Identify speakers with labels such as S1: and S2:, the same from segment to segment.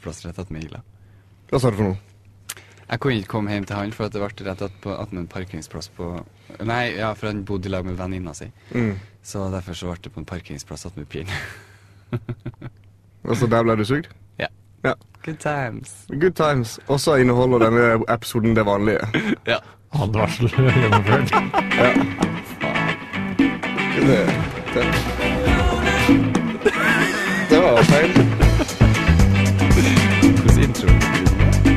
S1: arbeidsplass rett etter meg. da.
S2: Hva sa du for noe?
S1: Jeg kunne ikke komme hjem til han, for at det ble rett att- på attmed en parkeringsplass på Nei, ja, for han bodde i lag med venninna si.
S2: Mm.
S1: Så derfor så ble det på en parkeringsplass attmed pilen.
S2: Og så Altså, der ble du sugd?
S1: Ja.
S2: Ja.
S1: Good times.
S2: Good times. Og så inneholder denne episoden det vanlige.
S1: Ja.
S3: Advarsel gjennomført.
S2: Det, det. det var feil.
S1: Hvordan introen blir det?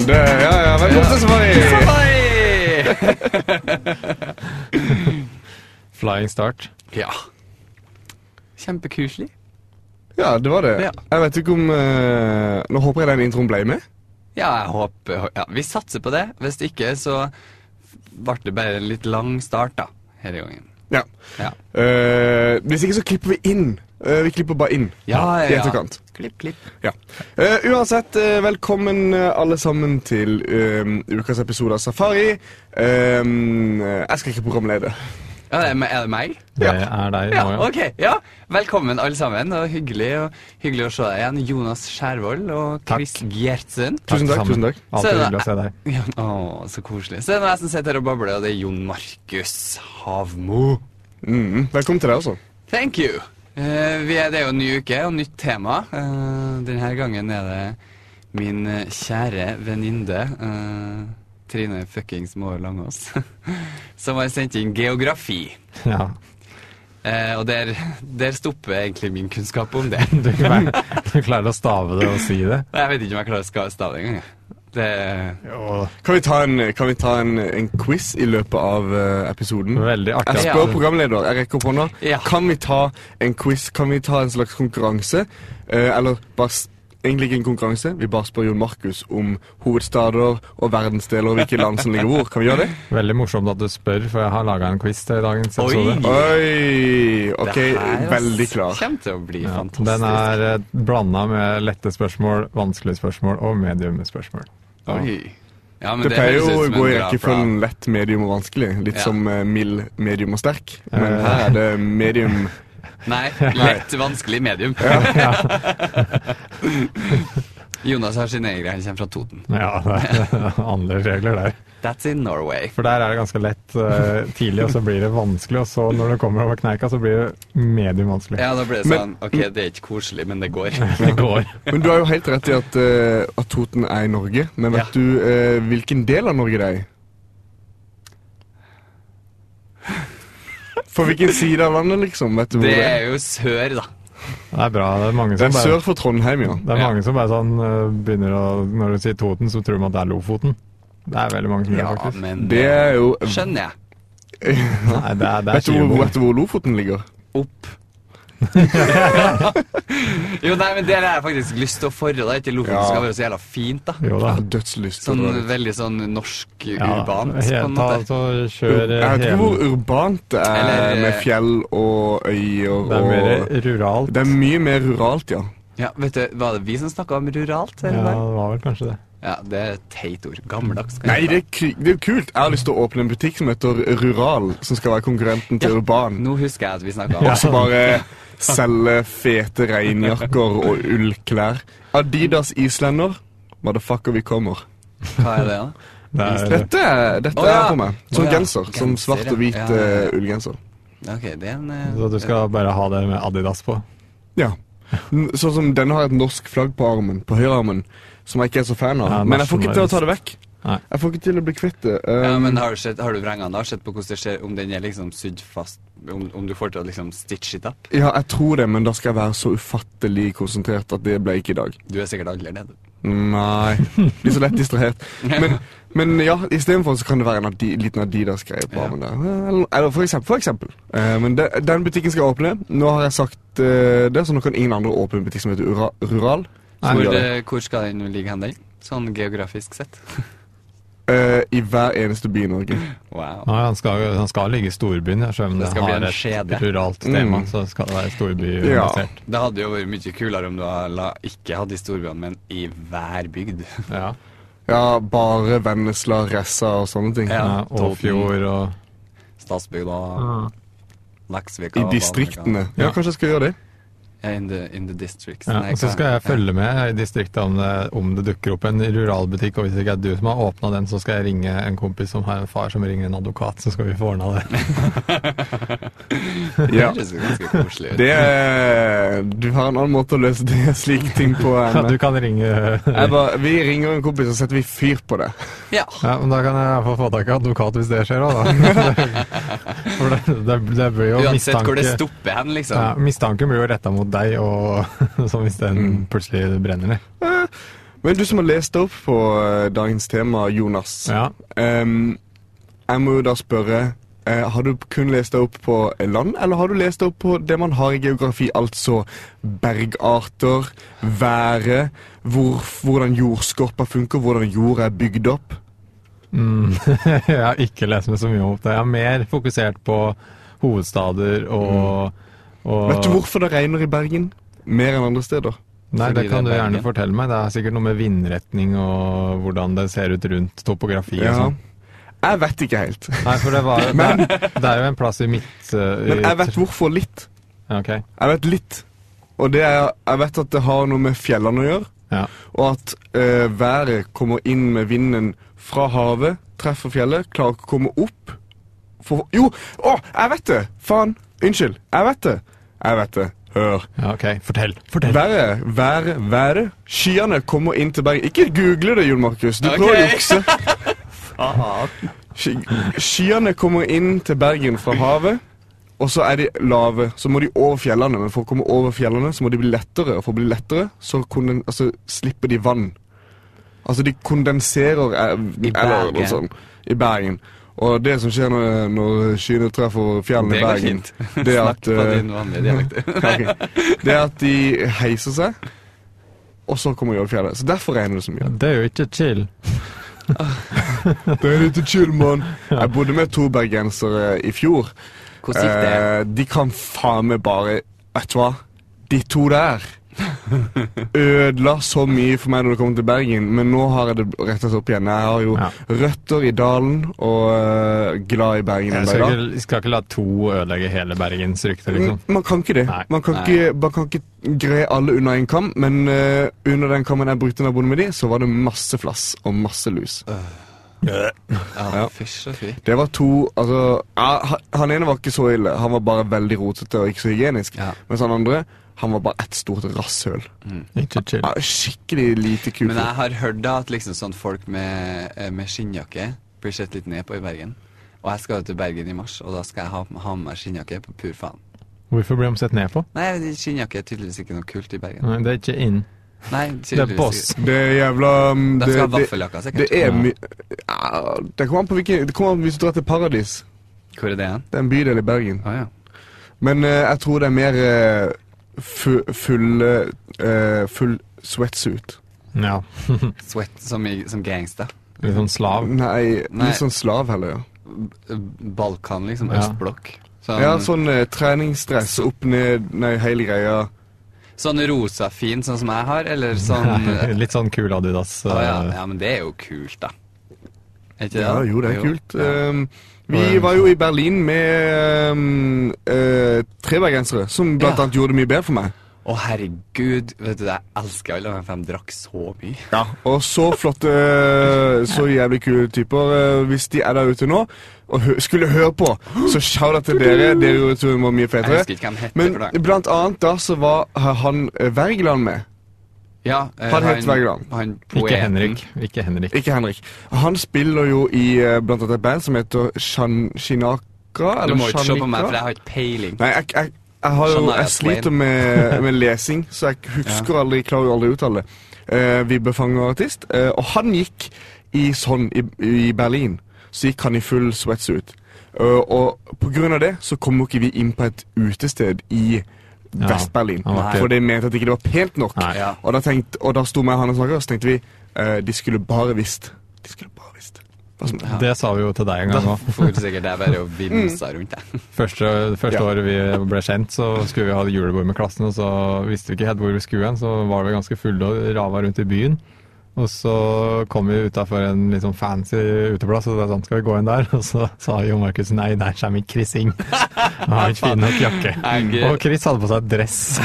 S2: Det, ja, ja, velkommen til Safari!
S1: Safari!
S3: Flying start.
S1: Ja. Kjempekoselig.
S2: Ja, det var det.
S1: Ja.
S2: Jeg vet ikke om eh, Nå håper jeg den introen ble med.
S1: Ja, jeg håper ja, Vi satser på det. Hvis ikke, så ble det bare en litt lang start, da. Hele gangen.
S2: Ja.
S1: Ja.
S2: Eh, hvis ikke, så klipper vi inn. Eh, vi klipper bare inn.
S1: Ja,
S2: I
S1: ja, ja.
S2: etterkant.
S1: Klipp, klipp.
S2: Ja. Eh, uansett, eh, velkommen eh, alle sammen til eh, ukas episode av Safari. Eh, jeg skal ikke programlede.
S1: Ja, er det er det meg?
S3: Det
S2: Ja.
S3: er deg
S1: Ja,
S3: nå, ja.
S1: ok. Ja. Velkommen, alle sammen. og Hyggelig, og hyggelig å se deg igjen. Jonas Skjærvold og
S3: Takk.
S1: Chris Gjertsen.
S2: Tusen takk, tusen takk.
S1: Så er
S3: Alltid
S1: det-
S3: hyggelig å se deg.
S1: Ja, å, så koselig. Så er det nå jeg som sitter her og babler, og det er Jon Markus Havmo.
S2: Mm, velkommen til deg også.
S1: Thank you. Eh, vi er, det er jo en ny uke og nytt tema. Eh, denne gangen er det min eh, kjære venninne eh, Trine fuckings Moe Langås som har sendt inn geografi.
S3: Ja.
S1: Eh, og der, der stopper egentlig min kunnskap om det.
S3: Du, klarer, du klarer å stave det og si det.
S1: Nei, Jeg vet ikke om jeg klarer å ska- stave det engang. jeg. Det
S2: Kan vi ta en, kan vi ta en, en quiz i løpet av eh, episoden?
S3: Veldig artig.
S2: Jeg
S1: Ja.
S2: spør programleder, jeg rekker opp hånda.
S1: Ja.
S2: Kan vi ta en quiz? Kan vi ta en slags konkurranse? Eh, eller bare s- egentlig ikke en konkurranse. Vi bare spør Jon Markus om hovedstader og verdensdeler og hvilke land som ligger hvor. Kan vi gjøre det?
S3: Veldig morsomt at du spør, for jeg har laga en quiz til dagens
S1: Oi.
S3: episode.
S2: Oi! OK,
S1: det her, ass,
S2: veldig klar.
S1: Kommer til å bli
S3: Ja,
S1: fantastisk.
S3: den er blanda med lette spørsmål, vanskelige spørsmål og mediume spørsmål.
S1: Oi. Ja, men
S2: Det
S1: det
S2: pleier
S1: høres ut
S2: jo å
S1: som en bra
S2: gå i
S1: plan.
S2: rekkefølgen lett, medium og vanskelig. Litt
S1: Ja.
S2: som eh, mild, medium og sterk. Men
S3: Eh.
S2: her er det medium
S1: Nei, lett, vanskelig medium. Jonas har sine egne, han kommer fra Toten.
S3: Ja, det er andre regler der.
S1: That's in Norway.
S3: For der er det ganske lett eh, tidlig, og så blir det vanskelig. Og så når det kommer over kneika, så blir det medium vanskelig.
S1: Ja, da ble det sånn
S2: Men-
S1: Ok, det er ikke koselig, men det går.
S3: Det går.
S2: Men du har jo helt rett i at, eh, at Toten er i Norge. Men vet
S1: Ja.
S2: du eh, hvilken del av Norge det er i? For hvilken side av landet, liksom? Vet du hvor
S1: Det
S2: det er?
S1: er jo sør, da.
S3: Det er bra. Det er mange
S2: Det
S3: som
S2: er
S3: bare,
S2: sør for Trondheim, ja.
S3: det er
S1: Ja.
S3: mange som bare sånn eh, begynner å Når du sier Toten, så tror man at det er Lofoten. Det er veldig mange som gjør
S1: Ja,
S3: det, faktisk.
S1: men eh,
S2: Det er jo
S1: Skjønner jeg.
S3: Nei, det er, det er
S2: vet, du, hvor-
S3: Kielbom.
S2: vet du hvor Lofoten ligger?
S1: Opp. jo, nei, men der har jeg faktisk lyst til å forre deg til Lofoten
S2: Ja.
S1: skal være så jævla fint, da.
S3: Jo da.
S2: Jeg har dødslyst til
S1: Sånn
S2: å
S3: eh,
S2: dra dit.
S1: veldig sånn norsk
S3: Ja,
S1: urbant, på en
S3: helt av,
S1: måte.
S3: så kjør eh,
S2: Jeg vet ikke
S3: hele
S2: hvor urbant det er
S1: Eller, eh,
S2: med fjell og øyer
S3: Det er
S2: og
S3: mer eh, ruralt.
S2: Det er mye mer ruralt, ja.
S1: Ja, vet du, Var det vi som snakka om ruralt?
S3: Ja,
S1: Eller?
S3: det
S1: hva?
S3: var vel kanskje det.
S1: ja, Det er et teit ord. Gammeldags. kan
S2: Nei,
S1: jeg
S2: det
S1: si.
S2: er, ku- det er jo kult. Jeg har lyst til å åpne en butikk som heter Rural, som skal være konkurrenten til Urban.
S1: Nå husker jeg at vi snakka om
S2: Og
S3: Ja.
S2: så bare selge fete regnjakker og ullklær. Adidas Islender. Motherfucker, vi kommer.
S1: Hva er det, da?
S3: Det er,
S2: Dette, er- dette
S1: Å, ja.
S2: er på meg.
S1: Å,
S2: Sånn
S1: ja.
S2: genser. Som
S1: Genser,
S2: svart og
S1: ja.
S2: hvit
S1: Ja, ja, ja.
S2: eh, ullgenser.
S1: Ok, det er en eh,
S3: så du skal bare ha det med Adidas på.
S2: Ja. N- Sånn som denne har et norsk flagg på armen, på høyrearmen, som jeg ikke er så fan av.
S3: Ja,
S2: Men jeg får ikke til å ta det vekk.
S3: Nei.
S2: Jeg får ikke til å bli kvitt det. Um,
S1: ja, men har du, sett, har du vrenga den? Har du sett på hvordan det skjer, om den er liksom sydd fast om, om du får til å liksom stitch it up?
S2: Eh, ja, jeg tror det, men da skal jeg være så ufattelig konsentrert at det ble ikke i dag.
S1: Du er sikkert aldri nede.
S2: Nei. Blir så lett distrahert. Men, men ja, istedenfor så kan det være en adi, liten Adidas-greie på
S1: Ja.
S2: armen der. Eller, eller for eksempel. For eksempel. Eh, men de, den butikken skal åpne. Nå har jeg sagt eh, det, så nå kan ingen andre åpne en butikk som heter Ura, Rural. som
S1: Hvor,
S2: gjør det.
S1: eh, hvor skal den ligge hen, den? Sånn geografisk sett.
S2: Eh, I hver eneste by i Norge.
S1: Wow.
S3: Nei, han skal, han skal ligge i storbyen, ja, selv om
S1: Det
S3: det,
S1: skal bli
S3: har
S1: en
S3: et
S1: skjede.
S3: ruralt tema.
S2: Mm.
S3: Så skal det være storbybasert.
S1: Det hadde jo vært mye kulere om du hadde la- ikke hadde i storbyene, men i hver bygd.
S3: Ja.
S2: Ja, Ja, bare Vennesla, Ressa og sånne ting.
S1: Ja,
S3: Ja, og
S1: Toten.
S3: fjord og
S1: Stadsbygda, Leksvika
S2: I
S1: og
S2: distriktene.
S1: Valmøyka.
S2: Ja,
S3: Ja.
S2: kanskje jeg skal gjøre det.
S1: Ja, in the, in the districts.
S3: ja,
S1: Nei,
S3: Og så
S1: hva-
S3: skal
S1: sånn ja.
S3: jeg følge med her i distriktet om det, om det dukker opp en ruralbutikk. Og hvis det ikke er du som har åpna den, så skal jeg ringe en kompis som har en far som ringer en advokat, så skal vi få ordna det.
S2: Ja.
S1: Det høres jo ganske koselig ut.
S2: Det er, Du har en annen måte å løse det slike ting på
S3: Ja,
S2: enn
S3: du kan ringe
S2: jeg bare, Vi ringer en kompis, og setter vi fyr på det.
S1: Ja.
S3: Ja, men Da kan jeg i hvert fall få tak i advokat hvis det skjer òg, da. For det, det, det blir jo
S1: Uansett hvor det
S3: mistanke
S1: stopper hen, liksom.
S3: ja, Mistanken blir jo retta mot deg, og som hvis den
S2: Mm.
S3: plutselig brenner ned.
S2: Men du som har lest opp på eh, dagens tema, Jonas.
S3: Ja.
S2: Ehm, jeg må jo da spørre eh, Har du kun lest deg opp på land, eller har du lest deg opp på det man har i geografi? Altså bergarter, været, hvor, hvordan jordskorpa funker, hvordan jorda er bygd opp.
S3: Mm. jeg har ikke lest meg så mye om det. Jeg er mer fokusert på hovedstader og,
S1: Mm.
S3: og
S2: Vet du hvorfor det regner i Bergen? Mer enn andre steder.
S3: Nei, det
S1: Fordi
S3: kan du
S1: det er
S3: gjerne
S1: Bergen.
S3: fortelle meg. Det er sikkert noe med vindretning og hvordan det ser ut rundt topografi og
S2: Ja.
S3: sånn.
S2: Jeg vet ikke helt,
S3: Nei, for det, var, det, er, det er jo en plass i midt... eh, i-
S2: men jeg vet hvorfor litt.
S3: Ja, ok.
S2: Jeg vet litt. Og det er, jeg vet at det har noe med fjellene å gjøre,
S3: Ja.
S2: og at eh, været kommer inn med vinden fra havet, treffer fjellet, klarer ikke å komme opp for, Jo! Å, jeg vet det! Faen! Unnskyld. Jeg vet det. Jeg vet det. Hør.
S3: ja, ok. Fortell. Fortell.
S2: Været, været, været. Skyene kommer inn til Bergen. Ikke google det, Jon Markus. Du prøver å
S1: Ok.
S2: jukse. Sky, skyene kommer inn til Bergen fra havet, og så er de lave. Så må de over fjellene, men for å komme over fjellene så må de bli lettere, og for å bli lettere så konden, altså, slipper de vann. Altså de kondenserer eh,
S1: I
S2: eller noe
S1: Bergen.
S2: sånt. I Bergen. Og det som skjer når, når skyene treffer fjellene
S1: Det
S2: i
S1: går
S2: Bergen
S1: fint.
S2: Det er
S1: Snakk
S2: at
S1: på
S2: eh,
S1: din vanlige dialekt.
S2: Ok. Det er at de heiser seg, og så kommer jordfjellet. Så derfor regner det så mye.
S3: Det er jo ikke chill.
S2: Det er litt chill, mann. Jeg bodde med to bergensere i fjor.
S1: Hvordan gikk det?
S2: Eh, de kan faen meg bare Vet du hva? De to der ødela så mye for meg når det kom til Bergen, men nå har jeg det retta opp igjen. Jeg har jo
S3: Ja.
S2: røtter i dalen og eh, glad i Bergen.
S3: Jeg
S2: enda i
S3: skal
S2: dag.
S3: ikke, jeg skal ikke la to ødelegge hele Bergens rykte, liksom.
S2: Mm, Man kan ikke det.
S3: Nei.
S2: Man kan
S1: Nei.
S2: ikke, man kan ikke greie alle under en kam, men eh, under den kammen jeg brukte når jeg bodde med de, så var det masse flass og masse lus.
S1: Ja,
S2: Ja.
S1: Ah, fysj og fy.
S2: Det var to Altså, ja, han- han ene var ikke så ille. Han var bare veldig rotete og ikke så hygienisk.
S1: Ja.
S2: Mens han andre, han var bare ett stort rasshøl.
S3: Ikke chill.
S2: Ja, Skikkelig lite kul.
S1: Men jeg har hørt da at liksom sånn folk med, eh, med skinnjakke blir sett litt ned på i Bergen. Og jeg skal jo til Bergen i mars, og da skal jeg ha, ha med meg skinnjakke på pur faen.
S3: Hvorfor blir de sett ned på?
S1: Nei, skinnjakke er tydeligvis ikke noe kult i Bergen.
S3: Nei, Det er ikke in.
S1: Nei,
S3: Det er
S1: tydeligvis
S3: boss.
S1: ikke.
S2: Det er jævla mm,
S1: De
S2: det,
S1: skal ha
S2: det,
S1: vaffeljakka, sikkert.
S2: det er
S3: Ja.
S2: mye ja, Det kommer an på hvilken Det kommer an på hvis du drar til Paradis.
S1: Hvor er det hen?
S2: Det er en bydel i Bergen.
S1: Å ja.
S2: Men eh, jeg tror det er mer eh, fu full, eh, full sweatsuit.
S3: Ja.
S1: Sweat som, i, som gangsta.
S3: Litt sånn
S2: Mm.
S3: slav.
S2: Nei,
S1: Nei.
S2: litt sånn slav heller, ja.
S1: B- Balkan, liksom.
S3: Ja.
S1: Østblokk. Sånn,
S2: Ja, sånn eh, treningsdress opp ned, nei, hele greia.
S1: sånn rosa fin, sånn som jeg har, eller sånn
S3: Litt sånn kul Adidas.
S1: Å Ah, ja.
S3: eh,
S1: ja, men det er jo kult, da. Er ikke det?
S2: Ja,
S1: da?
S2: jo, det er kult.
S1: Ja. sånn-
S2: Um, vi var jo i Berlin med um, eh, tre bergensere, som blant
S1: Ja.
S2: annet gjorde det mye bedre for meg.
S1: Å, herregud. Vet du, jeg elsker alle dem, for de drakk så mye.
S2: Og så flotte, eh, så jævlig kule typer. eh, Hvis de er der ute nå og hø skulle høre på, så shout-out til dere. Dere gjorde turen vår mye
S1: Jeg
S2: fetere.
S1: husker ikke hva han heter.
S2: Men
S1: for noe.
S2: blant annet da så var han eh, Wergeland med.
S1: ja, eh,
S2: han het Wergeland.
S1: Han
S3: Ikke
S1: poeten.
S3: Henrik. Ikke Henrik.
S2: Ikke Henrik. Han spiller jo i eh, blant annet et band som heter Shan Shinaka.
S1: Du
S2: Eller
S1: må ikke se på meg, for
S2: Shanika.
S1: jeg har ikke peiling.
S2: Nei, jeg, jeg, jeg, har jo,
S1: Shania
S2: jeg
S1: Twain.
S2: sliter med, med lesing, så jeg husker aldri, klarer jo aldri å uttale det. Eh, vi befanger artist. eh, og han gikk i sånn i, i Berlin. Så gikk han i full sweatsuit. Eh, og på grunn av det så kom jo ikke vi inn på et utested i
S3: Ja,
S2: Vest-Berlin.
S3: han var ikke-
S2: For de mente at ikke det var pent nok.
S3: Nei.
S1: Ja.
S2: Og da, tenkt, og da sto meg og han og snakka, og så tenkte vi eh, de skulle bare visst. De skulle bare visst. Hva som-
S1: Ja.
S3: Det sa vi jo til deg en gang òg.
S1: For sikkert jeg bare og vimsa rundt, jeg.
S3: Første, første
S2: Ja.
S3: året vi ble kjent, så skulle vi ha julebord med klassen, og så visste vi ikke helt hvor vi skulle hen, så var vi ganske fulle og rava rundt i byen. Og så kom vi utafor en litt sånn fancy uteplass, og det er sånn skal vi gå inn der. Og så sa Jo Markus nei, der kommer Chris Ing. Han har ikke fin nok jakke.
S1: Jeg-
S3: Og Chris hadde på seg dress.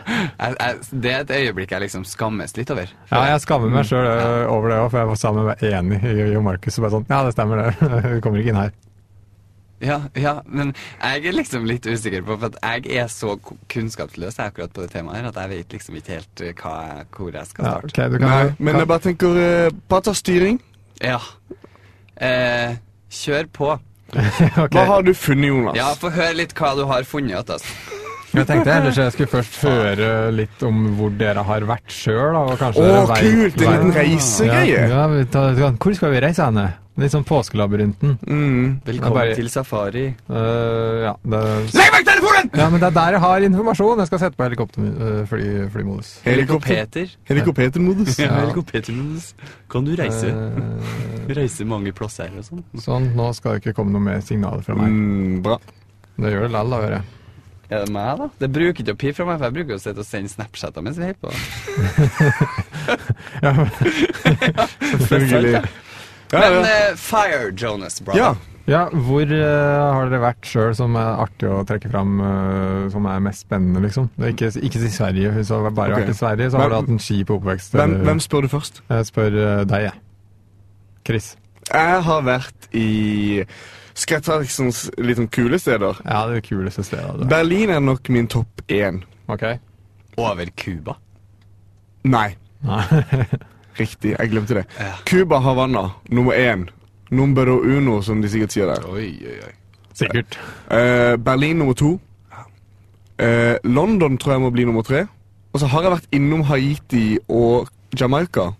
S1: Jeg, jeg, det er et øyeblikk jeg liksom skammes litt over.
S3: Ja, jeg skammer meg sjøl over det òg, for jeg var sammen med enig i Jo Markus. Og bare sånn ja, det stemmer det. Du kommer ikke inn her.
S1: Ja, ja, men jeg er liksom litt usikker på For at jeg er så ku- kunnskapsløs jeg, akkurat på det temaet her at jeg vet liksom ikke helt eh, hva jeg, hvor jeg skal
S3: Ja,
S1: starte.
S3: ok, du kan,
S2: Nei,
S3: kan-
S2: men jeg bare tenker eh, Bare ta styring.
S1: Ja. Eh, kjør på.
S3: ok.
S2: Hva har du funnet, Jonas?
S1: Ja, få høre litt hva du har funnet. Atas.
S3: Jeg tenkte ellers jeg skulle først høre litt om hvor dere har vært sjøl. Å,
S2: Å, kult! En liten reisegreie.
S3: Ja, vi tar- hvor skal vi reise henne? Litt sånn påskelabyrinten.
S2: Mm.
S1: Velkommen
S3: bare-
S1: til safari.
S3: Eh, ja, det,
S2: Legg vekk telefonen!
S3: ja, men det er der jeg har informasjon. Jeg skal sette på helikopterflymodus. Fly, flymodus.
S2: Helikopter.
S1: Peter.
S2: Helikoptermodus.
S3: Ja.
S1: Helikoptermodus. Kan du
S3: Eh,
S1: Du reiser mange plasser og sånn.
S3: sånn, nå skal det ikke komme noe mer signaler fra meg.
S2: Mm, bra.
S3: Det gjør det lall, da, hører jeg.
S1: Er det meg, da? Det bruker ikke å pipe fra meg, for jeg bruker å sitte og sende Snapchatter mens vi holder på.
S3: Ja, men-
S2: Selvfølgelig. Ja,
S1: Men
S2: ja.
S1: eh, fire Jonas, brother.
S2: ja.
S3: ja, hvor eh, har dere vært sjøl som er artig å trekke fram eh, som er mest spennende, liksom? Det er ikke, ikke til Sverige. Hvis du har bare
S2: Ok.
S3: vært i Sverige, så har du
S2: Hvem-
S3: hatt en ski på oppvekst.
S2: Hvem,
S3: eller-
S2: hvem spør du først?
S3: Jeg spør eh, deg, jeg. Chris.
S2: Jeg har vært i Skretteriksens litt sånn kule steder.
S3: Ja, det er det kuleste stedet. Det.
S2: Berlin er nok min topp én.
S3: Ok.
S1: Over Cuba.
S2: Nei,
S3: Nei.
S2: riktig. Jeg glemte det.
S1: Ja.
S2: Cuba Havanna, nummer én. Numbero uno, som de sikkert sier der.
S1: Oi, oi, oi.
S3: Sikkert.
S2: Eh, Berlin nummer to. Eh, London tror jeg må bli nummer tre. Og så har jeg vært innom Haiti og Jamaica.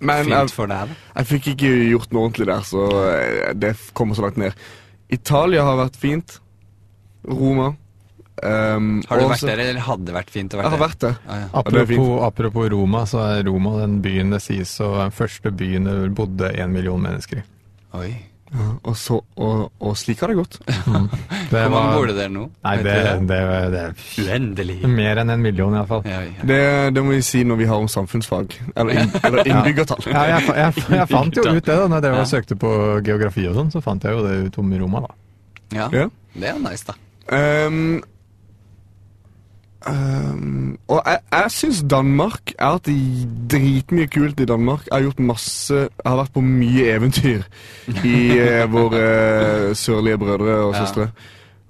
S2: Men eh, jeg,
S1: Fint for deg, da.
S2: jeg fikk ikke gjort noe ordentlig der, så eh, det f- kommer så langt ned. Italia har vært fint. Roma. Ehm,
S1: Har du
S2: og
S1: vært
S2: så-
S1: der, eller hadde det vært fint å
S2: Jeg
S1: være
S2: har vært der.
S1: Ah, ja.
S2: det er fint.
S3: Apropos, apropos Roma, så er Roma den byen det sies å være den første byen det bodde en million mennesker i.
S1: Oi.
S2: Og, så, og, og slik har det gått.
S3: Det
S1: Hvor mange bor det der nå?
S3: Nei,
S1: Vet
S3: det,
S1: du
S3: det, det,
S1: Uendelig.
S3: er mer enn en million, iallfall.
S1: Ja, ja.
S2: Det, det må vi si når vi har om samfunnsfag. Eller, inn, eller innbyggertall.
S3: Ja, jeg, fa- jeg, fa- jeg fant jo ut det da når jeg drev og
S1: Ja.
S3: søkte på geografi og sånn. Så fant jeg jo det ut om Roma, da.
S1: Ja.
S2: Ja.
S1: Det er jo nice, da.
S2: Ehm, ehm, og jeg, jeg syns Danmark Jeg har hatt det dritmye kult i Danmark. Jeg har gjort masse Jeg har vært på mye eventyr i eh, våre eh, sørlige brødre og
S1: Ja.
S2: søstre.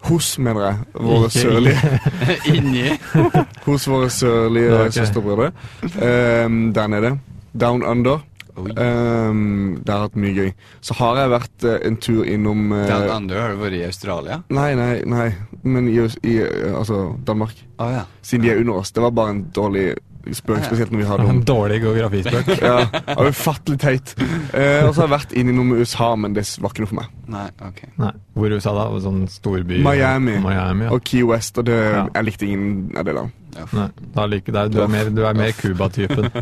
S2: Hos, mener jeg. Våre
S3: Ikke i-
S2: sørlige
S1: Inni.
S2: Hos våre sørlige
S3: Ja, ok.
S2: søstre og brødre. Ehm, der nede. Down under.
S1: Oi.
S2: Ehm, der har jeg hatt mye gøy. Så har jeg vært eh, en tur innom eh,
S1: Down Under har du vært i Australia?
S2: Nei, nei, nei. Men i, i eh, altså Danmark.
S1: Å ja.
S2: siden de er under oss. Det var bare en dårlig spøk, spesielt når vi har det
S3: En
S2: om.
S3: dårlig geografispøk.
S2: Ja, det var ufattelig teit. Eh, og så har jeg vært inn i noe med USA, men det var ikke noe for meg.
S1: Nei, ok.
S3: Nei. Hvor i USA da? Sånn storby
S2: Miami.
S3: Miami ja.
S2: Og Key West, og det,
S3: Ja.
S2: jeg likte ingen av det land.
S3: Nei, da liker, der, du er mer, du er mer Cuba-typen.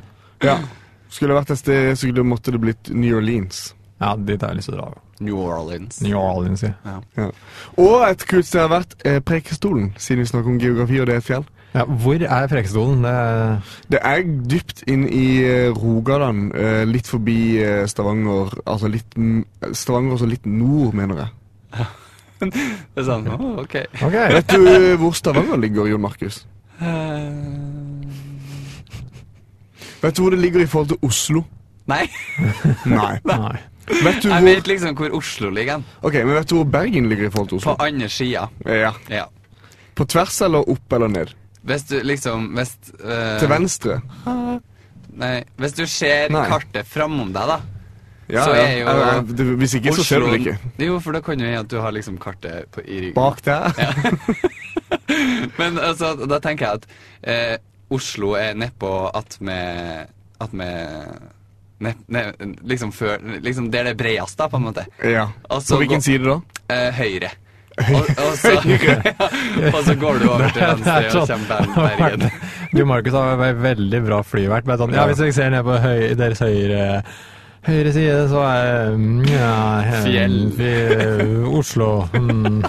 S2: Ja. Skulle jeg vært et sted, så skulle- måtte det blitt New Orleans.
S3: Ja, dit har jeg lyst til å dra.
S1: New Orleans.
S3: New Orleans, ja.
S2: Ja. Og et kult sted jeg har vært, er Preikestolen, siden vi snakker om geografi, og det er et fjell.
S3: ja hvor er Preikestolen? Det er
S2: Det er dypt inn i eh, Rogaland, eh, litt forbi eh, Stavanger, altså litt m- Stavanger og så litt nord, mener jeg.
S1: Det er sånn, å, ok.
S3: Ok.
S2: Vet du eh, hvor Stavanger ligger, Jon Markus?
S1: Eh,
S2: Vet du hvor det ligger i forhold til Oslo?
S1: Nei,
S2: Nei.
S3: Nei.
S2: Vet du
S1: jeg
S2: hvor,
S1: vet liksom hvor Oslo ligger. hen.
S2: Ok, men vet du hvor Bergen ligger i forhold til
S1: På
S2: Oslo?
S1: andre sida.
S2: Ja.
S1: Ja.
S2: På tvers eller opp eller ned?
S1: Hvis du liksom Hvis eh,
S2: Til venstre?
S1: Nei, hvis du ser
S2: Nei.
S1: kartet framom deg, da.
S2: Ja,
S1: Så
S2: ja.
S1: er jo-
S2: Ja, ja. Det- Hvis ikke, så ser du det ikke.
S1: Jo, for da kan jo hende at du har liksom kartet på, i ryggen.
S2: Bak der?
S1: Men altså, da tenker jeg at eh, Oslo er nedpå attmed Attmed ne, ne, Liksom før Liksom der det er breiest, da, på en måte.
S2: Ja.
S1: Og så
S2: På hvilken
S1: gå-
S2: side da?
S1: Eh, høyre. Og, og, så, og så går du over til venstre
S3: Det er
S1: og
S3: sånn.
S1: kommer til Bergen.
S3: Du, Markus, har vært veldig bra flyvert. Bare sånn, ja, hvis vi ser ned på høy, deres høyre Høyre side, så er mm, ja, eh,
S1: Fjell.
S3: vi- Oslo. Mm.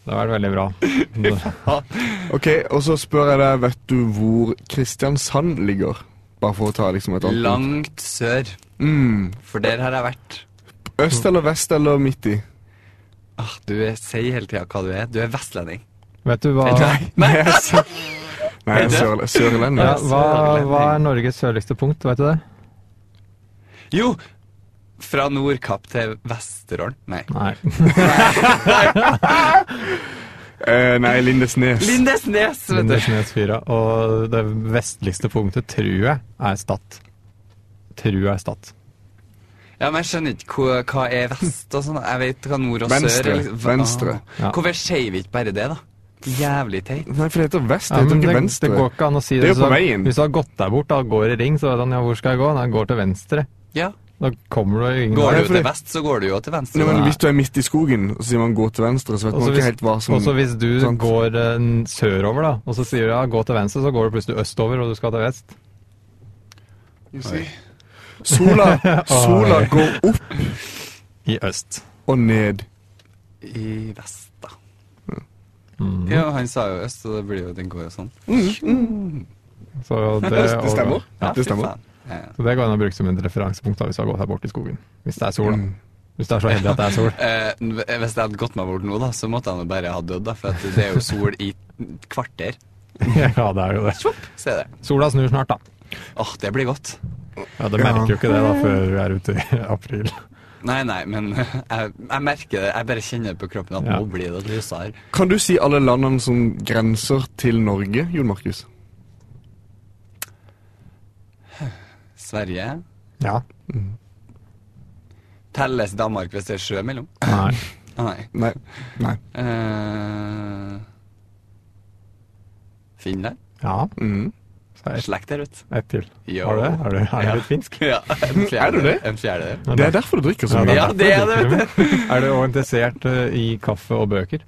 S3: Det har vært veldig bra.
S2: Ok, og så spør jeg deg, vet du hvor Kristiansand ligger? Bare for å ta liksom et annet punkt.
S1: Langt sør,
S2: Mm.
S1: for der har jeg vært.
S2: Øst eller vest eller midt i?
S1: Ah, du er- sier hele tida hva du er. Du er vestlending.
S3: Vet du hva,
S1: Nei.
S2: Nei, sør, Sørlandet.
S3: ja, hva, hva er Norges sørligste punkt, vet du det?
S1: Jo! Fra Nordkapp til Vesterålen. Nei.
S3: Nei.
S2: Eh, nei, Lindesnes.
S1: Lindesnes, vet du.
S3: Lindesnesfyra. Og det vestligste punktet, tror jeg, er Stad. Tror jeg er Stad.
S1: Ja, men jeg skjønner ikke hva, hva er vest og sånn. Jeg vet hva nord og
S2: Venstre.
S1: sør er. liksom. Hva-
S2: Venstre.
S1: Ah.
S3: Ja.
S1: Hvorfor sier vi ikke bare det, da? Jævlig teit.
S2: Nei, for det heter vest, det
S3: Ja,
S2: heter
S3: men
S2: ikke
S3: det,
S2: venstre.
S3: det går ikke an å si
S2: Det er
S3: det.
S2: jo på
S3: Så
S2: veien.
S3: Hvis du har gått deg bort da, og går i ring, så vet han ja, hvor skal jeg gå? Nei, jeg går til venstre.
S1: Ja.
S3: Da kommer du jo ingen
S1: Går
S2: Nei,
S1: du
S2: for
S1: til
S2: det-
S1: vest, så går du jo til venstre.
S2: Nei, men
S1: da.
S2: Hvis du er midt i skogen, og så sier man gå til venstre, så vet man
S3: Også hvis-
S2: ikke helt hva som sånn-
S3: Og så hvis du
S2: sant.
S3: går eh, n- sørover, da, og så sier du ja, gå til venstre, så går du plutselig østover, og du skal til vest.
S1: Oi.
S2: Sola,
S3: Ah,
S2: sola
S3: Oi.
S2: går opp
S3: I øst.
S2: og ned.
S1: I vest, da.
S3: Mm.
S2: Mhm.
S1: Ja, han sa jo øst, så det blir jo, den går jo sånn.
S3: Så det,
S2: Det stemmer.
S1: Ja,
S2: det
S1: fy
S2: stemmer.
S1: faen. Ja, ja.
S3: Så det går an å bruke som et referansepunkt da, hvis du har gått her bort i skogen. Hvis det er sol, da.
S2: Mm.
S3: Hvis du er så heldig at det er sol.
S1: Eh, hvis jeg hadde gått meg bort nå, da, så måtte han jo bare ha dødd, da. For at det er jo sol i et kvarter.
S3: ja, det er jo det.
S1: Se det.
S3: Sola snur snart, da.
S1: Åh, det blir godt.
S3: Ja, Du merker jo ikke det da før vi er ute i april.
S1: Nei, nei, men jeg, jeg merker det. Jeg bare kjenner det på kroppen at
S3: Ja.
S1: nå blir det lysere.
S2: Kan du si alle landene som grenser til Norge, Jon Markus?
S1: Sverige.
S3: Ja.
S1: Telles Danmark hvis det er sjø mellom?
S3: Nei.
S1: Ah, nei.
S2: Nei. Nei.
S1: Eh, Finland?
S3: Ja.
S2: Mm.
S3: Så er det
S1: Slekt der, vet
S3: ett til.
S1: Jo.
S3: Har du det? Er du, er du
S1: Ja.
S3: litt finsk?
S1: du. Ja, en fjerde,
S2: Er du det?
S1: En fjerdedel.
S2: Det er derfor du drikker så
S3: Ja,
S2: mye.
S1: Ja,
S3: derfor
S1: det er det,
S3: drikker
S1: vet
S3: du mye. Er du også interessert eh, i kaffe og bøker?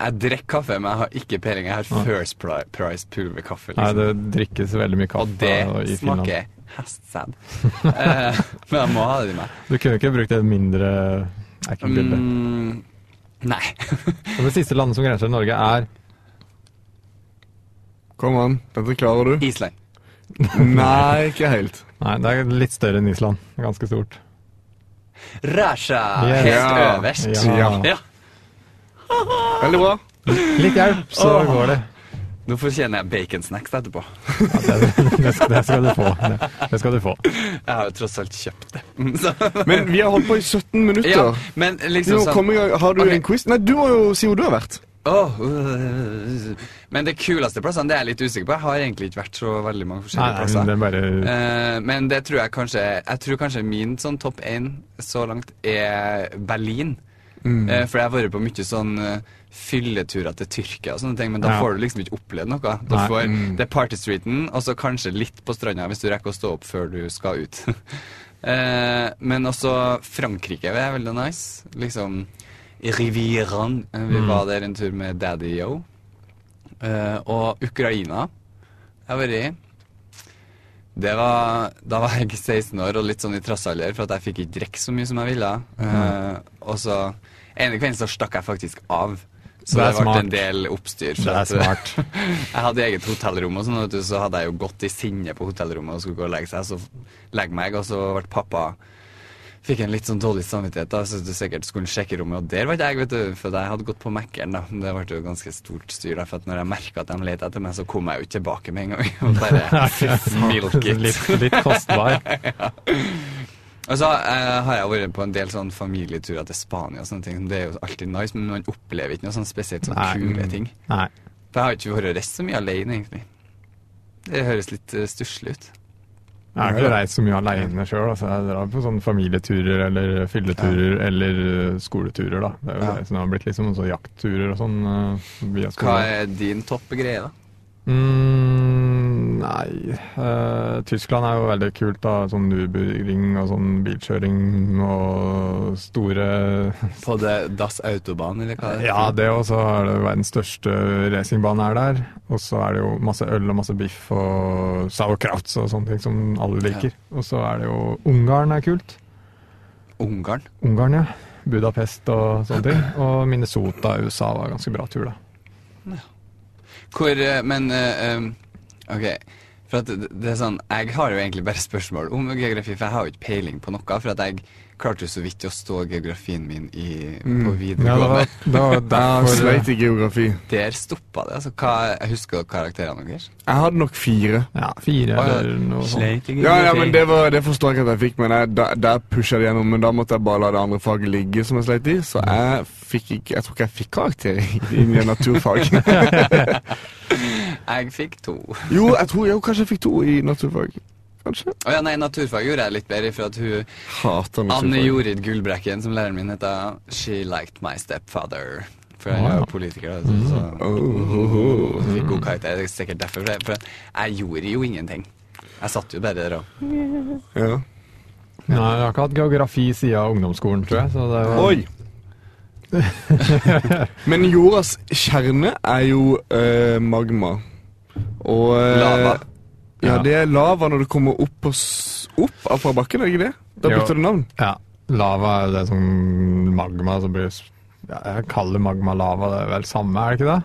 S1: Jeg drikker kaffe, men jeg har ikke peiling. Jeg har First Pri- Price pulverkaffe.
S3: Nei,
S1: Liksom.
S3: det drikkes veldig mye kaffe
S1: Og det
S3: i Finland.
S1: smaker hestsæd. Eh, men jeg må ha det i meg.
S3: Du kunne ikke brukt et mindre erkebilde.
S1: Mm, nei.
S3: Og Det siste landet som grenser til Norge, er
S2: Kom an, dette klarer du.
S1: Island.
S2: Nei, ikke helt.
S3: Nei, det er litt større enn Island. Ganske stort.
S1: Rasha.
S3: Yes.
S1: Helt
S2: Ja.
S1: øverst.
S2: Ja.
S1: Ja.
S2: Veldig bra.
S3: Litt hjelp, så
S1: Åh.
S3: går det.
S1: Nå fortjener jeg baconsnacks etterpå.
S3: Ja, det, det, skal, det skal du få. Det, det skal du få.
S1: Jeg har jo tross alt kjøpt det. Så,
S2: Men vi har holdt på i 17 minutter.
S1: ja, men liksom
S2: Jo,
S1: sånn
S2: kom i gang. Har du
S1: Ok.
S2: en quiz? Nei, du må jo si hvor du har vært.
S1: Åh, øh, men det kuleste plassene, det er jeg litt usikker på. Jeg har egentlig ikke vært så veldig mange
S3: Nei,
S1: forskjellige
S3: nei, men
S1: plasser.
S3: det er bare
S1: Eh, men det tror jeg kanskje Jeg tror kanskje min sånn topp én så langt er Berlin.
S3: Mm.
S1: Eh, for jeg har vært på mye sånn eh, fylleturer til Tyrkia og sånne ting, men da
S3: Ja.
S1: får du liksom ikke opplevd noe. Da
S3: Nei, Mm.
S1: får Det er Party Streeten, og så kanskje litt på stranda hvis du rekker å stå opp før du skal ut. Eh, men også Frankrike er veldig nice. Liksom Rivieraen. Eh,
S3: Mm.
S1: Vi var der en tur med Daddy Yo. Eh, og Ukraina jeg har vært i. Det var, da var jeg 16 år og litt sånn i trassalder, for at jeg fikk ikke drikke så mye som jeg ville. Eh, og så En kvelden så stakk jeg faktisk av. Så det,
S3: Det er
S1: ble
S3: smart.
S1: en del oppstyr.
S3: Det er smart.
S1: Jeg hadde eget hotellrom, og sånn, vet du, så hadde jeg jo gått i sinne på hotellrommet og skulle gå og legge seg. Så legge meg, og så ble pappa Fikk en litt sånn dårlig samvittighet, da, så du sikkert skulle sjekke rommet, og der var ikke jeg, vet du, for jeg hadde gått på Mækkern, da. Men Det ble jo ganske stort styr, da, for at når jeg merka at de lette etter meg, så kom jeg jo ikke tilbake med en gang. Og bare milk it.
S3: litt, litt kostbar.
S1: Og så eh, har jeg vært på en del sånn familieturer til Spania og sånne ting. Det er jo alltid nice, men man opplever ikke noe sånn spesielt sånn
S3: Nei.
S1: kule ting.
S3: Nei.
S1: For jeg har ikke vært reist så mye alene, egentlig. Det høres litt eh, stusslig ut.
S3: Jeg har ikke reist så mye aleine sjøl. Altså. Jeg drar på sånne familieturer eller fylleturer eller eh, skoleturer. da. Det er jo
S2: Ja.
S3: det som har blitt liksom så jaktturer og sånn eh, via
S1: Hva
S3: skolen.
S1: er din topp greie, da?
S3: Mm, nei eh, Tyskland er jo veldig kult, da. Sånn Uber-ring og sånn bilkjøring og store
S1: På det Das Autobahn, eller hva?
S3: Ja, det og så er det verdens største racingbane er der. Og så er det jo masse øl og masse biff og sauerkrauts og sånne ting som alle liker. Og så er det jo Ungarn er kult.
S1: Ungarn.
S3: Ungarn, ja. Budapest og sånne ting. Og Minnesota i USA var en ganske bra tur, da.
S1: Hvor eh, Men eh, um, OK. For at det det er sånn, Jeg har jo egentlig bare spørsmål om geografi, for jeg har jo ikke peiling på noe. For at jeg klarte jo så vidt å stå geografien min i, på
S3: Mm. Ja, det
S1: videregående.
S3: var, det var
S2: Jeg
S3: derfor
S2: sleit i geografi.
S1: Der stoppa det. altså, hva, Jeg husker karakterene deres.
S2: Jeg hadde nok fire.
S3: Ja, fire
S1: Å, ja.
S3: eller noe sånt.
S1: Sleit i
S2: Ja, ja,
S1: geografi.
S2: men Det, var, det forstår jeg ikke at jeg fikk, men jeg, da, der pusha jeg det gjennom. Men da måtte jeg bare la det andre faget ligge, som jeg sleit i. Så jeg fikk ikke, jeg tror ikke jeg fikk karakter i, i mine naturfag.
S1: Jeg fikk to. Å
S2: Jo, jeg tror jeg kanskje jeg fikk to i naturfag. Kanskje.
S1: ja, nei, naturfag gjorde jeg litt bedre, for at hun
S2: Hater
S1: Anne
S2: naturfag.
S1: Jorid Gullbrekken, som læreren min heter, she liked my stepfather. For jeg
S3: Wow.
S1: er jo politiker, da, så, så
S2: Oh.
S1: hun fikk god karakter. Det er sikkert derfor. For jeg, for jeg gjorde jo ingenting. Jeg satt jo bare der og
S2: Ja.
S3: Nei, jeg har ikke hatt geografi siden ungdomsskolen, tror jeg. Så det var
S2: Oi! Men jordas kjerne er jo eh, magma. Og eh,
S1: Lava.
S2: Ja,
S3: Ja.
S2: det er lava når det kommer opp, på s- opp av- fra bakken, er det ikke det? Da
S3: Jo.
S2: bytter det navn.
S3: Ja. Lava er jo det som magma som blir ja, Jeg kaller magma lava, det er vel samme, er det ikke det?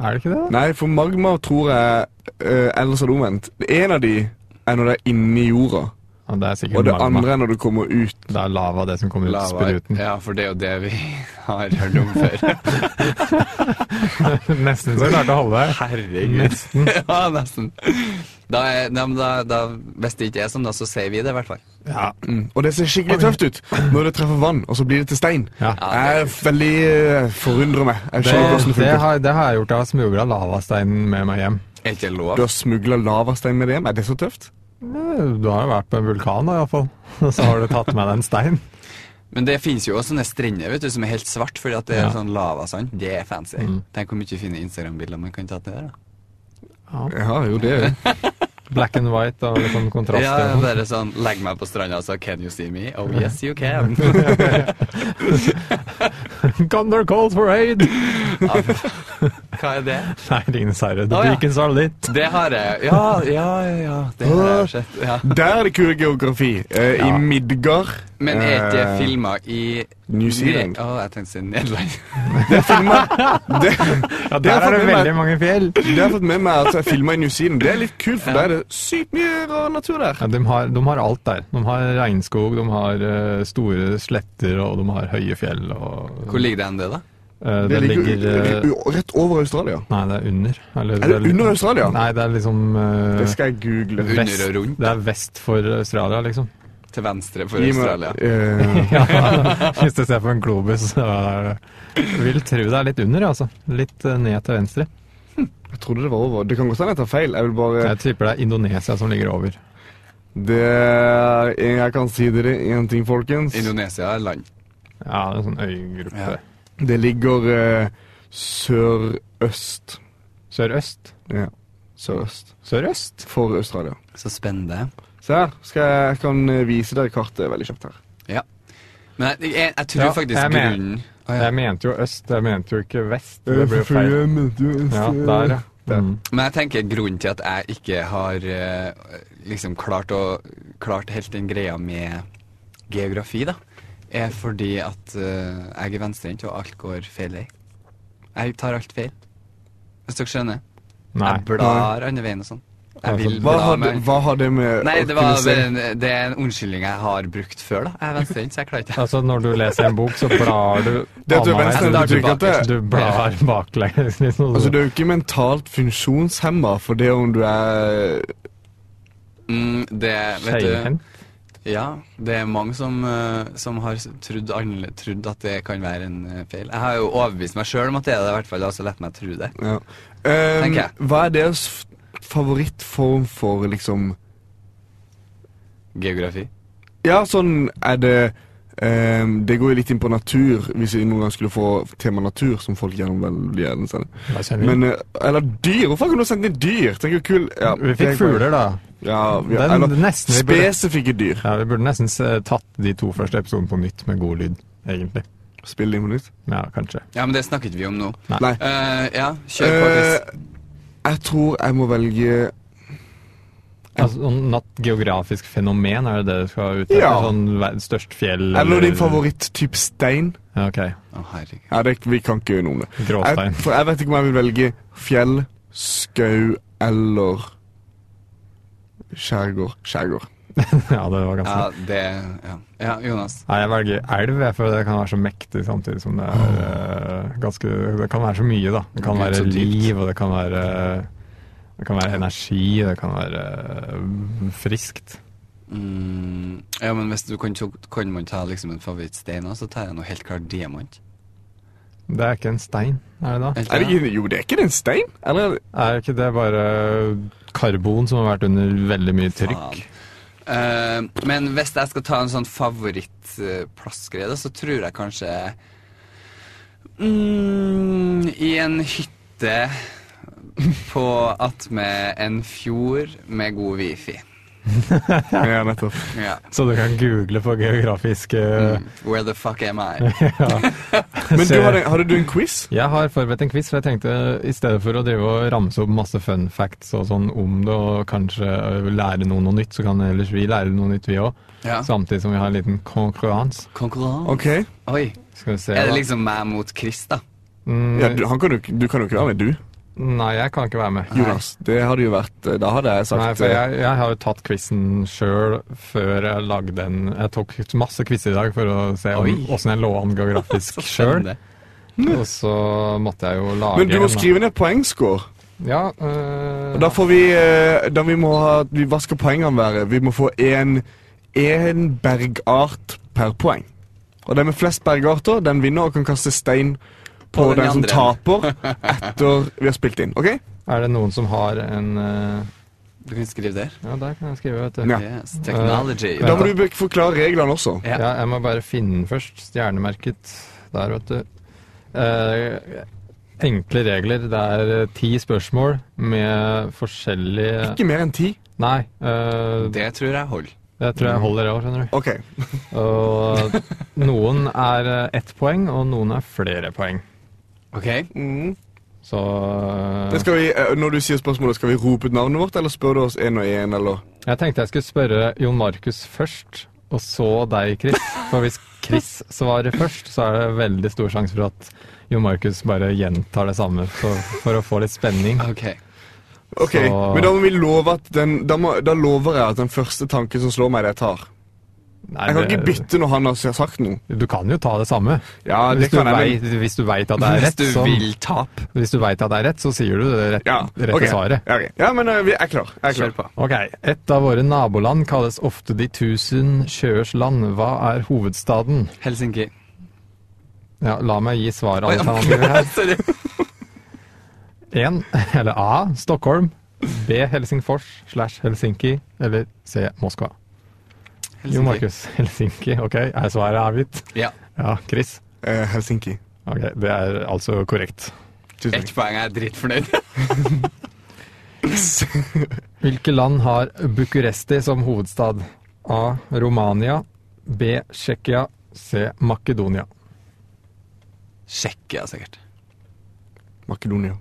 S3: Er det ikke det?
S2: Nei, for magma tror jeg eh, Ellers er det omvendt. En av de er når det er inni jorda,
S3: Ja, det er
S2: og
S3: sikkert
S2: det
S3: magma.
S2: andre er når det kommer ut.
S3: Det er lava, det som kommer ut av
S1: lava.
S3: spruten.
S1: Ja, for det er jo det vi har hørt om før.
S3: Nesten så jeg klarte å holde det.
S1: Herregud. ja, nesten. Da, er, nei, men da, da, hvis det ikke er sånn, da, så sier vi det i hvert fall.
S3: Ja.
S2: Og det ser skikkelig tøft ut når det treffer vann, og så blir det til stein.
S3: Ja.
S2: Jeg er veldig eh, forundrer meg. Jeg
S3: Det,
S2: skjønner ikke hvordan det
S3: det,
S2: funker.
S3: har, det har jeg gjort. Jeg har smugla lavasteinen med meg hjem.
S1: Er ikke lov?
S2: Du har smugla lavastein med deg hjem? Er det så tøft?
S3: Eh, Du har jo vært på en vulkan da, iallfall. Og så har du tatt med deg en stein.
S1: Men det finnes jo også sånne strender vet du, som er helt svart fordi at det er
S3: Ja.
S1: sånn lavasand. Det er fancy. Tenk hvor mye fine Instagram-bilder man kan ta til det. da.
S2: Ja, jo, det er det.
S3: Black and white og litt sånn kontrast.
S1: Ja,
S3: og sånn.
S1: bare sånn, Legg meg på stranda og så Can you see me? Oh yes, you can.
S3: Gunder calls for aid!
S1: Hva er det?
S3: Nei, Ringenes herre. The
S1: Å, ja.
S3: Beacons are lit.
S1: Det har jeg. Ja, ja, ja. ja, Det har jeg jo sett. Ja.
S2: Der er det kul geografi. Eh, I
S3: Ja.
S2: Midgard.
S1: Men er ikke
S2: eh,
S1: filma i
S2: New Zealand.
S1: Å, jeg tenkte å si Nederland.
S2: Det er filma det,
S3: Ja,
S2: det har
S3: der er det
S2: fått med meg-
S3: veldig mange fjell.
S2: det har jeg fått med meg at jeg filma i New Zealand. Det er litt kult, for der er det sykt mye rar natur der.
S3: Ja, de, har, de har alt der. De har regnskog, de har eh, store sletter, og de har høye fjell. Og,
S1: Hvor ligger det enn det, da?
S3: Eh,
S2: Det ligger
S3: eh,
S2: u- u- rett over Australia.
S3: Nei, det er under. Eller,
S2: Er det
S3: litt-
S2: under Australia?
S3: Nei, det er liksom eh,
S2: Det skal jeg google.
S1: Under
S3: vest,
S1: og rundt.
S3: Det er vest for Australia, liksom.
S1: Til venstre for
S2: Gi meg-
S1: Australia.
S2: eh,
S3: Ja, Hvis du ser på en globus, så er det Vil tro det er litt under, altså. Litt eh, ned til venstre.
S2: jeg trodde det var over. Det kan godt hende jeg tar feil. Jeg vil bare
S3: Jeg tipper det er Indonesia som ligger over.
S2: det, Jeg kan si dere én ting, folkens.
S1: Indonesia er land.
S3: Ja, en sånn øygruppe.
S1: Ja.
S2: Det ligger eh, sørøst.
S3: Sørøst?
S2: Ja. Sørøst.
S3: Sørøst?
S2: For Australia.
S1: Så spennende.
S2: Se her. Skal jeg, jeg kan eh, vise dere kartet veldig kjapt her.
S1: Ja. Men jeg, jeg, jeg tror
S3: Ja,
S1: faktisk
S3: jeg mener-
S1: grunnen Å, ja.
S3: Jeg mente jo øst, jeg mente jo ikke vest. Det blir jo feil. Ja, der, ja.
S2: Der.
S3: Mm.
S1: Men jeg tenker grunnen til at jeg ikke har eh, liksom klart, å, klart helt den greia med geografi, da, er fordi at eh, jeg er venstrehendt, og alt går feil vei. Jeg tar alt feil. Hvis dere skjønner?
S3: Nei.
S1: Jeg blar andre veien og sånn.
S3: Altså,
S1: Jeg vil
S2: Hva
S1: bla
S2: har, det,
S1: med
S2: hva har det med
S1: Nei, det, var,
S2: aktivisering-
S1: det er en unnskyldning jeg har brukt før, da. Jeg er venstrehendt, så jeg klarer ikke
S3: Altså, når du leser en bok, så blar du
S2: Det at du er
S3: annet-
S2: venstre,
S1: det betyr
S2: ikke at det-
S3: Du blar baklengs, liksom.
S2: Altså, Du er jo ikke mentalt funksjonshemma for det om du er
S1: mm, Det Vet du
S3: Skeivhendt.
S1: Ja, det er mange som, eh, som har s- trodd, annerle- trodd at det kan være en eh, feil. Jeg har jo overbevist meg sjøl om at det er det, i hvert fall. Altså, lett meg tro det.
S2: ja. Ehm,
S1: Tenker jeg.
S2: Hva er deres f- favorittform for liksom
S1: Geografi.
S2: Ja, sånn er det ehm, Det går jo litt inn på natur, hvis vi noen gang skulle få tema natur, som folk gjerne vel gjerne sender.
S3: Hva kjenner vi?
S2: Men, eh, eller dyr! Hvorfor kunne du sendt inn dyr? Tenk hvor kul ja,
S3: vi fikk
S2: det-
S3: fugler, da.
S2: Ja, vi,
S3: Den,
S2: eller
S3: nesten, vi, burde,
S2: spesifikke dyr.
S3: ja, vi burde nesten s- tatt de to første episodene på nytt med god lyd, egentlig.
S2: Spill det inn på nytt.
S3: Ja, kanskje.
S1: Ja, men det snakket vi om nå.
S2: Nei.
S1: Eh, ja, kjør på. Chris.
S2: Eh, jeg tror jeg må velge
S3: Altså, sånn nat- geografisk fenomen, er det det du skal ut etter?
S2: Ja.
S3: Sånn ver- størst fjell
S2: Eller din favoritt-type stein.
S3: Ja, ok.
S1: Å, herregud.
S2: Ja, det, vi kan ikke gjøre noe om det. Jeg,
S3: Gråstein.
S2: for jeg vet ikke om jeg vil velge fjell, skau eller Skjærgård. Skjærgård.
S3: ja, det var ganske
S1: Ja, det ja. ja, Jonas.
S3: Nei, jeg velger elv, jeg, for det kan være så mektig samtidig som det er eh, ganske Det kan være så mye, da. Det kan
S1: Gud,
S3: være
S1: så dypt.
S3: liv, og det kan være Det kan være energi, og det kan være eh, friskt.
S1: Mm, ja, men hvis du kan, tok- kan man ta liksom en favorittstein også, så tar jeg noe helt klart diamant.
S3: Det er ikke en stein, er det da?
S1: Helt
S2: Er det ikke, jo, det er ikke det en stein? Eller er det
S3: Er ikke det bare karbon som har vært under veldig mye trykk?
S1: Faen. Eh, men hvis jeg skal ta en sånn favorittplassgreie, så tror jeg kanskje mm, I en hytte på attmed en fjord med god wifi.
S2: Ja, nettopp.
S1: Ja. Mm.
S3: Så du kan google på eh, geografiske
S1: Where the fuck am I?
S2: Men du,
S3: Se-
S2: hadde, hadde du en quiz?
S3: Jeg har forberedt en quiz, for jeg tenkte i stedet for å drive og ramse opp masse fun facts og sånn om det, og kanskje ø, lære noe noe nytt, så kan ellers vi lære noe nytt, vi òg.
S1: Ja.
S3: Samtidig som vi har en liten konkurranse.
S1: Konkurranse.
S2: Sånn. OK.
S1: Oi.
S3: Skal vi se
S1: Er det
S3: hva-
S1: liksom meg mot Chris, da?
S3: Mm,
S2: Ja, du, han kan jo, ikke- du kan jo ikke være med, du.
S3: Nei, jeg kan ikke være med.
S2: Jonas. Det hadde jo vært eh, Da hadde jeg sagt
S3: Nei, for
S2: eh,
S3: jeg, jeg har jo tatt quizen sjøl før jeg lagde den. Jeg tok masse quizer i dag for å se om-
S1: Oi.
S3: åssen jeg lå an geografisk sjøl.
S1: Spennende.
S3: Og så måtte jeg jo lage
S2: Men du
S3: en, da.
S2: må skrive ned poengscore.
S3: Ja, ø,
S2: Da får vi eh, Da vi må ha vi, Hva skal poengene være? Vi må få én én bergart per poeng. Og den med flest bergarter, den vinner og kan kaste stein på,
S1: På den
S2: den, som
S1: andre.
S2: taper etter vi har spilt inn. OK?
S3: er det noen som har en ø,
S1: Du kan skrive der.
S3: Ja, der kan jeg skrive, vet du.
S2: Ja.
S1: Yes, technology.
S3: Eh,
S2: Da må du be- forklare reglene også.
S1: Ja.
S3: Ja. jeg må bare finne den først. Stjernemerket der, vet du. Eh, enkle regler. Det er eh, ti spørsmål med forskjellige
S2: Ikke mer enn ti.
S3: Nei, eh, det
S1: Det tror jeg holder.
S3: jeg tror jeg holder det òg, skjønner du.
S2: OK.
S3: Og noen er eh, ett poeng, og noen er flere poeng.
S1: OK?
S2: Mm.
S3: Så eh,
S2: Det skal vi, eh, når du sier spørsmålet, skal vi rope ut navnet vårt, eller spør du oss én og én, eller
S3: Jeg tenkte jeg skulle spørre Jon Markus først, og så deg, Chris. For hvis Chris svarer først, så er det veldig stor sjanse for at Jon Markus bare gjentar det samme for, for å få litt spenning.
S1: OK.
S2: OK.
S3: Så-
S2: Men da må vi love at den da, må, da lover jeg at den første tanken som slår meg, det jeg tar.
S3: Nei,
S2: Jeg kan
S3: det-
S2: ikke bytte når han har sagt noe.
S3: Du kan jo ta det samme.
S2: Ja, det
S3: Hvis du,
S2: kan jeg, men-
S3: veit, hvis du vet at det er
S1: Hvis
S3: rett,
S1: du
S2: sånn.
S3: så,
S1: vil tape.
S3: hvis du vet at det er rett, så sier du det rett,
S2: Ja,
S3: rette
S2: ok.
S3: svaret.
S2: Ja, ok. ja men eh, vi er klar. Jeg er klar.
S1: Kjør på.
S3: Ok, Et av våre naboland kalles ofte de tusen sjøers land. Hva er hovedstaden?
S1: Helsinki.
S3: Ja, La meg gi
S1: Oi, ja.
S3: svaralternativer her.
S1: Sorry.
S3: 1, eller A, Stockholm. B, Helsingfors slash Helsinki. Eller C, Moskva. Jo Markus, Helsinki. Ok, er svaret avgitt?
S1: Ja.
S3: Ja, Chris?
S2: Eh, Helsinki.
S3: Ok, det er altså korrekt.
S2: Tusen
S1: Ett
S2: takk.
S1: poeng, jeg er dritfornøyd.
S3: Hvilke land har Bucuresti som hovedstad? A. Romania. B. Tsjekkia. C. Makedonia.
S1: Tsjekkia, sikkert.
S2: Makedonia.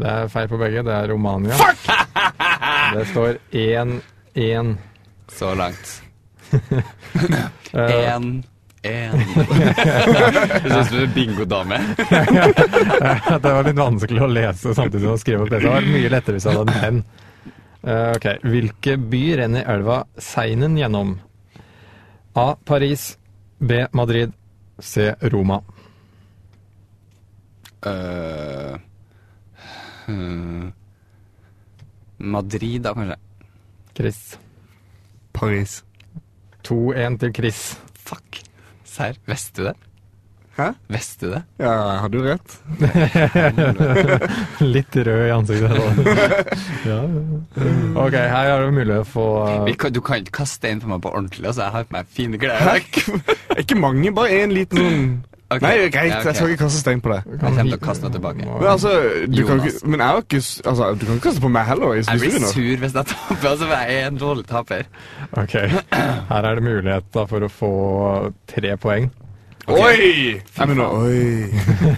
S3: Det er feil på begge. Det er Romania. Det står 1-1.
S1: Så langt.
S3: Eh,
S1: Én, én Høres ut som en bingodame.
S3: det var litt vanskelig å lese samtidig som å skrive opp dette. Det var mye lettere hvis jeg hadde en penn. Eh, ok. Hvilke by renner elva Seinen gjennom? A. Paris. B. Madrid. C. Roma.
S1: Øh, øh, Madrid, da, kanskje.
S3: Chris.
S2: Paris.
S3: 2-1 til Chris.
S1: Fuck. Serr, visste du det?
S2: Hæ?
S1: Visste du det?
S2: Ja, jeg hadde jo rett.
S3: Litt rød i ansiktet. ja. Ok, her er det mulig å få
S1: Vi kan, du kan ikke kaste en på meg på ordentlig. Altså, jeg har på meg fine klær. i dag.
S2: Ikke mange, bare én liten sånn
S1: Ok.
S2: Nei, greit,
S1: Ja, ok.
S2: jeg skal ikke kaste stein på det.
S1: Jeg kommer til å kaste den tilbake.
S2: Men altså, du kan
S1: Jonas.
S2: ikke Men jeg har ikke s- Altså, du kan ikke kaste på meg heller. i
S1: Jeg blir
S2: studio nå.
S1: sur hvis jeg taper, altså, for jeg er en dårlig taper.
S3: Ok, her er det mulighet da for å få tre poeng.
S2: Oi! Nei, men nå, oi.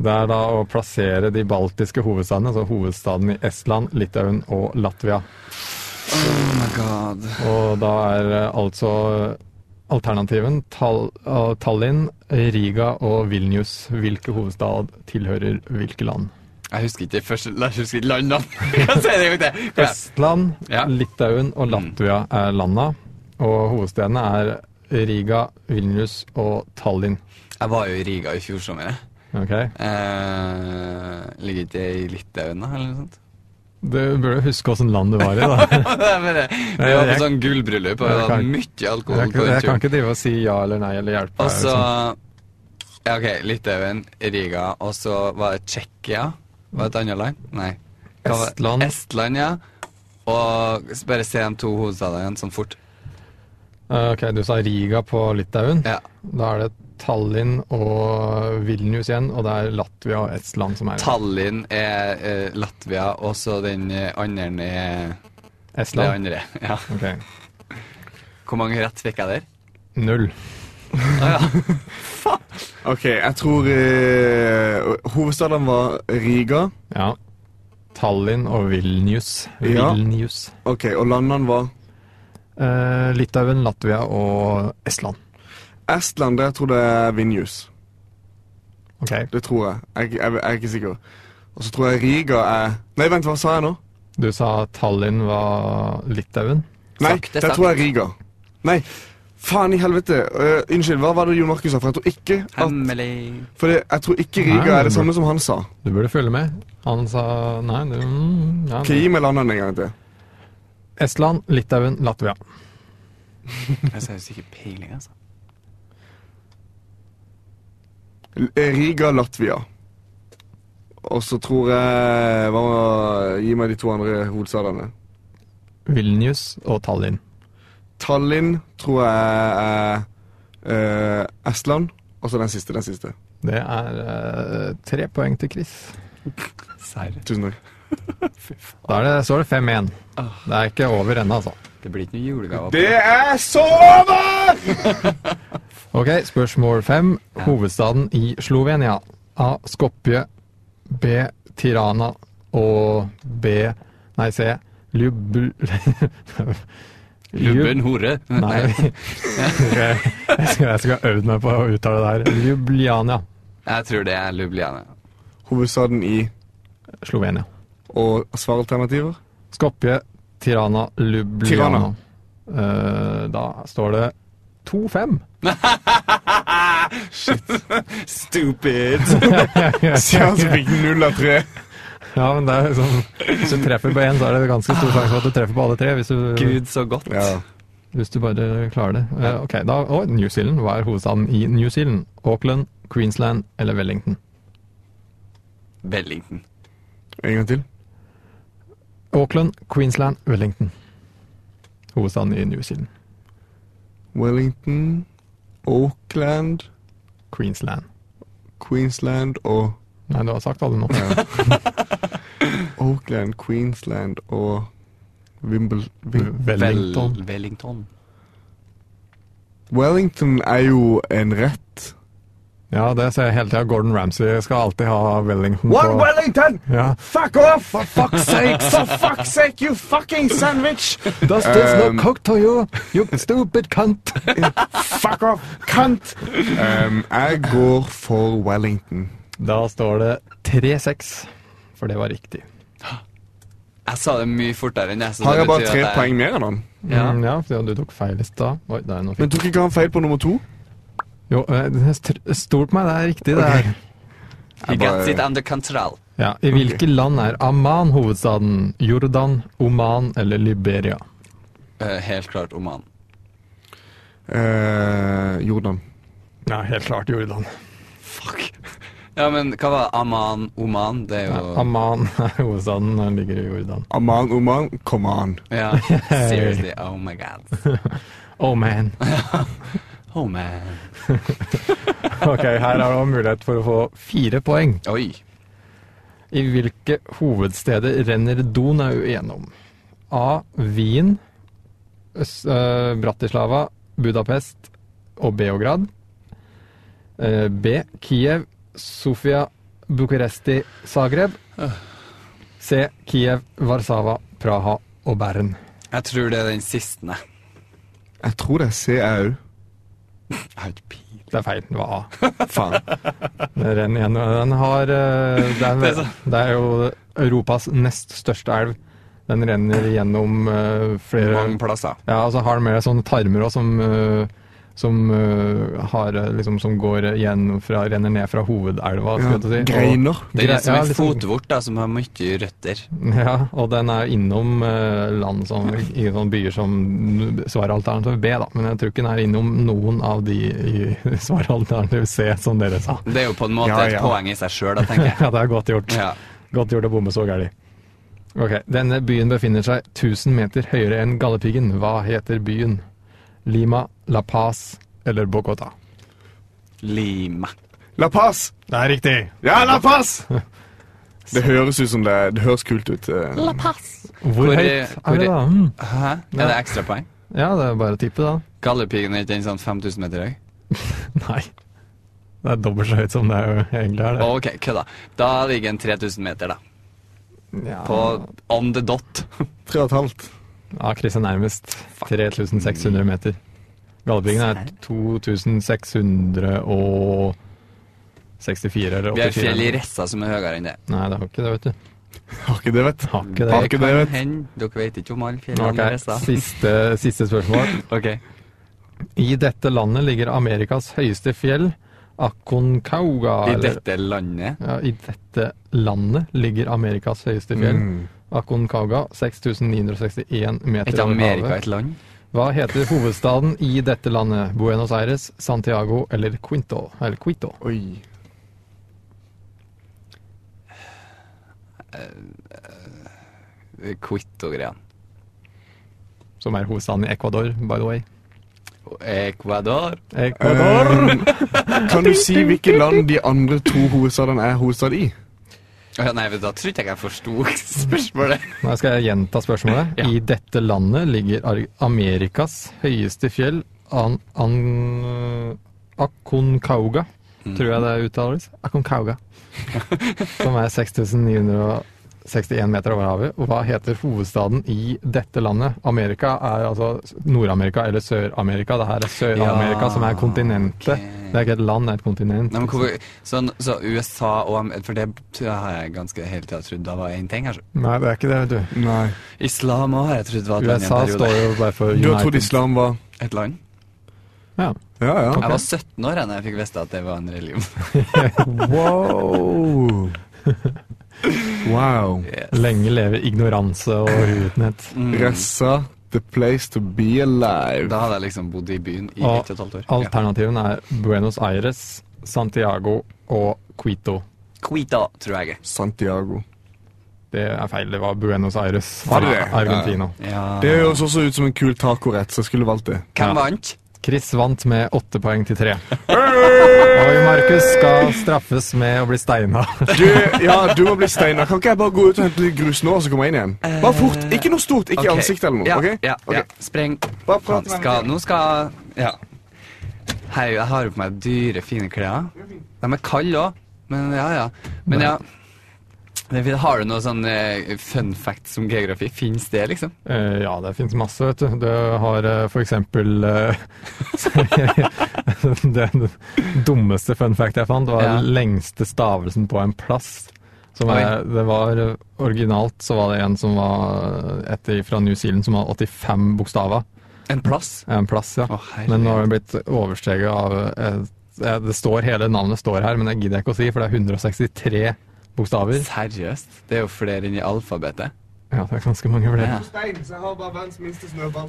S3: Det er da å plassere de baltiske hovedstadene, altså hovedstaden i Estland, Litauen og Latvia.
S1: Oh my god.
S3: Og da er eh, altså alternativen Tal eh, Tallinn, Riga og Vilnius. Hvilke hovedstad tilhører hvilke land?
S1: Jeg husker ikke de første Jeg husker ikke landene. Hva sier det en gang til? Kom igjen.
S3: Estland,
S1: Ja.
S3: Litauen og Latvia er landa, og hovedstedene er Riga, Vilnius og Tallinn.
S1: Jeg var jo i Riga i fjor sommer. jeg.
S3: Ok?
S1: Eh, ligger ikke det i Litauen, da? Eller noe sånt?
S3: Du burde huske åssen land du var i, da.
S1: Men det, vi var på sånn gullbryllup, og vi
S3: Jeg kan-
S1: hadde mye
S3: Jeg
S1: alkohol på
S3: kan,
S1: den
S3: jeg kan
S1: turen.
S3: ikke drive og si ja eller nei eller hjelpe.
S1: Og
S3: deg,
S1: så
S3: liksom.
S1: Ja, OK, Litauen, Riga, og så var det Tsjekkia. Var det et annet land? Nei. Hva var-
S3: Estland.
S1: Estland, ja. Og s- bare se de to hovedstadene igjen, sånn fort.
S3: Eh, Ok, du sa Riga på Litauen.
S1: Ja.
S3: Da er det Tallinn og Vilnius igjen, og det er Latvia og Estland som er
S1: Tallinn er eh, Latvia, og så den eh, andre er det
S3: Estland.
S1: andre. Ja.
S3: Ok.
S1: Hvor mange rett fikk jeg der?
S3: Null.
S2: OK, jeg tror eh, hovedstaden var Riga.
S3: Ja. Tallinn og Vilnius.
S2: Ja.
S3: Vilnius.
S2: OK, og landene var
S3: Eh, Litauen, Latvia og Estland.
S2: Estland, det tror jeg er Vinjus.
S3: Ok,
S2: Det tror jeg. Jeg, jeg. jeg er ikke sikker. Og så tror jeg Riga er Nei, vent, hva sa jeg nå?
S3: Du sa Tallinn var Litauen.
S2: Nei,
S1: Sakte,
S2: det
S1: sakte.
S2: tror jeg er Riga. Nei, faen i helvete. Eh, unnskyld, hva var det Jon Markus sa? For jeg tror ikke at
S1: Hemmelig
S2: For det, jeg tror ikke
S3: Nei,
S2: Riga er
S3: men-
S2: det samme som han sa.
S3: Du burde følge med. Han sa nei du, mm, ja,
S2: Ok,
S3: nei.
S2: Gi meg landene en gang til.
S3: Estland, Litauen, Latvia.
S1: Jeg har jo ikke peiling, altså.
S2: L- eh, Riga, Latvia. Og så tror jeg hva, var- Gi meg de to andre hovedstadene.
S3: Vilnius og Tallinn.
S2: Tallinn tror jeg er eh, Estland. Og så den siste. Den siste.
S3: Det er eh, tre poeng til Chris.
S1: Serr.
S2: Tusen takk.
S3: Da er det, så er det 5-1.
S1: Ah.
S3: Det er ikke over ennå, altså.
S1: Det blir ikke noe julegave.
S2: Det er så over!
S3: Ok, spørsmål 5. Hovedstaden i Slovenia. A. Skopje. B. Tirana. Og B. Nei, C. Ljubl...
S1: Lubben hore.
S3: Nei. jeg, skal, jeg skal øve meg på å uttale det her. Ljubljana,
S1: Jeg tror det er Lubliana.
S2: Hovedstaden i
S3: Slovenia.
S2: Og svaralternativer?
S3: Skopje, Tirana, Ljubljana.
S2: Tirana.
S3: Eh, da står det 2-5.
S1: Stupid!
S2: Sier han som fikk null av tre.
S3: Ja, men det er liksom, hvis du treffer på én, så er det ganske stor sjanse for at du treffer på alle tre. Hvis du,
S1: Gud, så godt.
S2: Ja.
S3: hvis du bare klarer det. Eh, ok, da, og New Zealand. Hva er hovedstaden i New Zealand? Auckland, Queensland eller Wellington?
S1: Wellington.
S2: En gang til.
S3: Auckland, Queensland, Wellington. Hovedstaden i New Zealand.
S2: Wellington, Auckland,
S3: Queensland.
S2: Queensland og
S3: Nei, du har sagt alle nå.
S2: Auckland, Queensland og Wimble... Wim-
S3: Wellington.
S1: Vel- Wellington.
S2: Wellington er jo en rett.
S3: Ja, det ser jeg hele tida. Gordon Ramsay skal alltid ha Wellington på
S2: Wellington!
S3: ja.
S2: Fuck off! For fuck's sake! For fuck's sake, you fucking sandwich!
S3: Does
S2: this not Um,
S3: cook to you, you stupid cunt?
S2: Fuck off! Kant! Um, jeg går for Wellington.
S3: Da står det 3-6, for det var riktig.
S1: Jeg sa det mye fortere enn jeg, så
S2: Har
S1: det
S2: jeg bare
S1: betyr
S2: tre
S1: at jeg-
S2: poeng mer enn han?
S1: Ja.
S3: Mm, ja for du tok feil i stad. Oi, det er
S2: Men
S3: noe fint.
S2: tok ikke han feil på nummer to?
S3: Jo, eh, st- stol på meg, det er riktig, det her.
S1: You
S2: Jeg
S1: got
S2: bare-
S1: it under control.
S3: Ja, I hvilke land er Amman hovedstaden? Jordan, Oman eller Liberia?
S1: Eh, helt klart Oman.
S2: Eh, Jordan.
S3: Ja, helt klart Jordan.
S1: Fuck. Ja, men hva var Aman, Oman? Det er
S3: Ja,
S1: jo
S3: Amman er hovedstaden, den ligger i Jordan.
S2: Aman Oman, come on.
S1: Ja, seriously. Oh my god.
S3: Oh man.
S1: Oh man.
S3: Ok, her er det mulighet for å få fire poeng.
S1: Oi.
S3: I hvilke hovedsteder renner Donau gjennom? A. Wien, Øs- eh, Bratislava, Budapest og Beograd. Eh, B. Kiev, Sofia, Bucuresti, Zagreb. C. Kiev, Warszawa, Praha og Bern.
S1: Jeg tror det er den siste.
S2: Jeg tror det er C, jeg òg.
S1: Jeg har ikke pil.
S3: Det er feil. Det var A.
S2: Faen.
S3: Den renner gjennom Den har eh, det er,
S1: Det er
S3: en, det er jo Europas nest største elv. Den renner gjennom eh, flere
S1: Mange plasser.
S3: Ja, og så har den mer sånne tarmer også, som, eh, som, eh, har, eh, liksom, som går igjen fra, renner ned fra hovedelva.
S2: Ja,
S3: skulle jeg til å si.
S2: greiner.
S3: Og,
S1: Det er
S3: gre-
S1: som
S3: ja,
S1: en
S3: liksom-
S1: fotvort da, som har mye røtter.
S3: Ja, og den er innom eh, land som, i sånne byer som svarer alternativ B, da. Men jeg tror ikke den er innom noen av de i svarer alternativ C, som dere sa.
S1: Det er jo på en måte
S2: Ja, ja.
S1: et poeng i seg sjøl, da, tenker jeg.
S3: Ja, det er godt gjort.
S1: Ja.
S3: Godt gjort å bomme så gærlig. Ok, denne byen befinner seg 1000 meter høyere enn Galdhøpiggen. Hva heter byen? Lima, La Paz eller Bogotá?
S1: Lima.
S2: La Paz!
S3: Det er riktig!
S2: Ja, La Paz! Det høres ut som det, det høres kult ut. eh.
S3: Hvor,
S1: Hvor-
S3: høyt
S1: hvor-
S3: er det, da? Mm.
S1: Hæ? Er det ekstrapoeng?
S3: Ja, det er bare å tippe, da.
S1: Galdhøpiggen er ikke den sånn 5000 meter høy?
S3: Nei. Det er dobbelt så høyt som det er jo egentlig er. det.
S1: Ok, kødda. Da ligger en 3000 meter, da.
S3: Ja.
S1: På on the dot.
S2: Tre og et halvt.
S3: Ja, Chris er nærmest. 3600 meter. Galdhøpiggen er 2664 eller 84.
S1: Vi har fjell i Ressa som er høyere enn det.
S3: Nei, det har ikke det, vet du.
S2: Har ikke det, vet du.
S3: Har ikke
S2: Har
S3: det.
S2: ikke det, vet du.
S1: Hen, dere vet ikke om alle fjellene i
S3: Ok,
S1: Ressa.
S3: siste, siste spørsmål.
S1: Ok.
S3: I dette landet ligger Amerikas høyeste fjell, Aconcauga.
S1: I
S3: eller-
S1: dette landet
S3: Ja, I dette landet ligger Amerikas høyeste fjell, Aconcauga, 6961
S1: Er
S3: meter
S1: ikke
S3: over
S1: Amerika
S3: havet.
S1: et land?
S3: Hva heter hovedstaden i dette landet? Buenos Aires, Santiago eller Quinto? Eller Quito?
S2: Oi.
S1: Quito-greia.
S3: Som er hovedstaden i Ecuador, by the way.
S1: Ecuador.
S3: Ecuador!
S2: Eh, Kan du si hvilket land de andre to hovedstadene er hovedstad i?
S1: Å ja, Nei, men da trodde jeg ikke jeg forsto spørsmålet.
S3: Nå skal jeg gjenta spørsmålet.
S1: Ja.
S3: I dette landet ligger Ar- Amerikas høyeste fjell, an, an, Aconcauga,
S1: Mm.
S3: tror jeg det uttales. Aconcauga. Som er 6961 meter over havet. Og hva heter hovedstaden i dette landet? Amerika er altså Nord-Amerika eller Sør-Amerika. Det her er Sør-Amerika,
S1: Ja,
S3: som er kontinentet.
S1: ok.
S3: Det er ikke et land, det er et kontinent.
S1: Nei, men hvorfor, sånn, så USA og Am- For det har jeg ganske hele tida trodd da var én ting. Altså.
S3: Nei, det er ikke det, vet du.
S2: Nei.
S1: Islam òg har jeg trodd var et land i en
S3: USA
S1: periode.
S3: står jo bare for
S2: Du har trodd
S3: United.
S2: islam var
S1: Et land?
S3: Ja.
S2: Ja, ja.
S1: Jeg var 17 år da jeg fikk vite at det var en religion.
S2: Wow. Wow.
S3: Lenge leve ignoranse og utenhet.
S2: Ressa, the place to be alive.
S1: Mm. Da hadde jeg liksom bodd i byen i
S3: Og
S1: ett og et halvt år.
S3: Alternativen er Buenos Aires, Santiago og Quito.
S1: Ja. Quito, tror jeg.
S2: Santiago.
S3: Det er feil, det var Buenos Aires.
S2: Var det det?
S3: Argentina.
S1: Ja.
S2: Det høres også ut som en kul tacorett, så jeg skulle valgt det.
S1: Hvem
S3: Ja.
S1: vant?
S3: Chris vant med åtte poeng til tre. Og Markus skal straffes med å bli steina.
S2: Du, ja, du må bli steiner. Kan ikke jeg bare gå ut og hente litt grus nå, og så komme jeg inn igjen? Bare fort. Ikke noe stort. Ikke i
S1: Ok.
S2: ansiktet eller noe.
S1: Ja,
S2: Eh, ok?
S1: ja,
S2: Ok.
S1: ja. Spreng.
S2: Bare prat med
S1: Faen, skal,
S2: meg.
S1: nå skal Ja. Hei, jeg har jo på meg dyre, fine klær. De er kalde òg, men ja, ja. Men ja. Det er fint. Har du noe sånn eh, fun facts om geografi? Fins det, liksom?
S3: Eh, ja, det finnes masse, vet du. Det har eh, for eksempel eh, Den dummeste fun fact jeg fant, var
S1: Ja.
S3: den lengste stavelsen på en plass. Som er, det var eh, Originalt så var det en som var etter fra New Zealand som hadde 85 bokstaver.
S1: En plass?
S3: En plass, ja.
S1: Å, herregud.
S3: men nå har det blitt oversteget av eh, eh, Det står, hele navnet står her, men det gidder jeg ikke å si, for det er 163 bokstaver.
S1: Seriøst? Det er jo flere enn i alfabetet.
S3: Ja, det er ganske mange flere.
S1: Ja.
S2: Stein, så jeg har bare verdens minste snøball.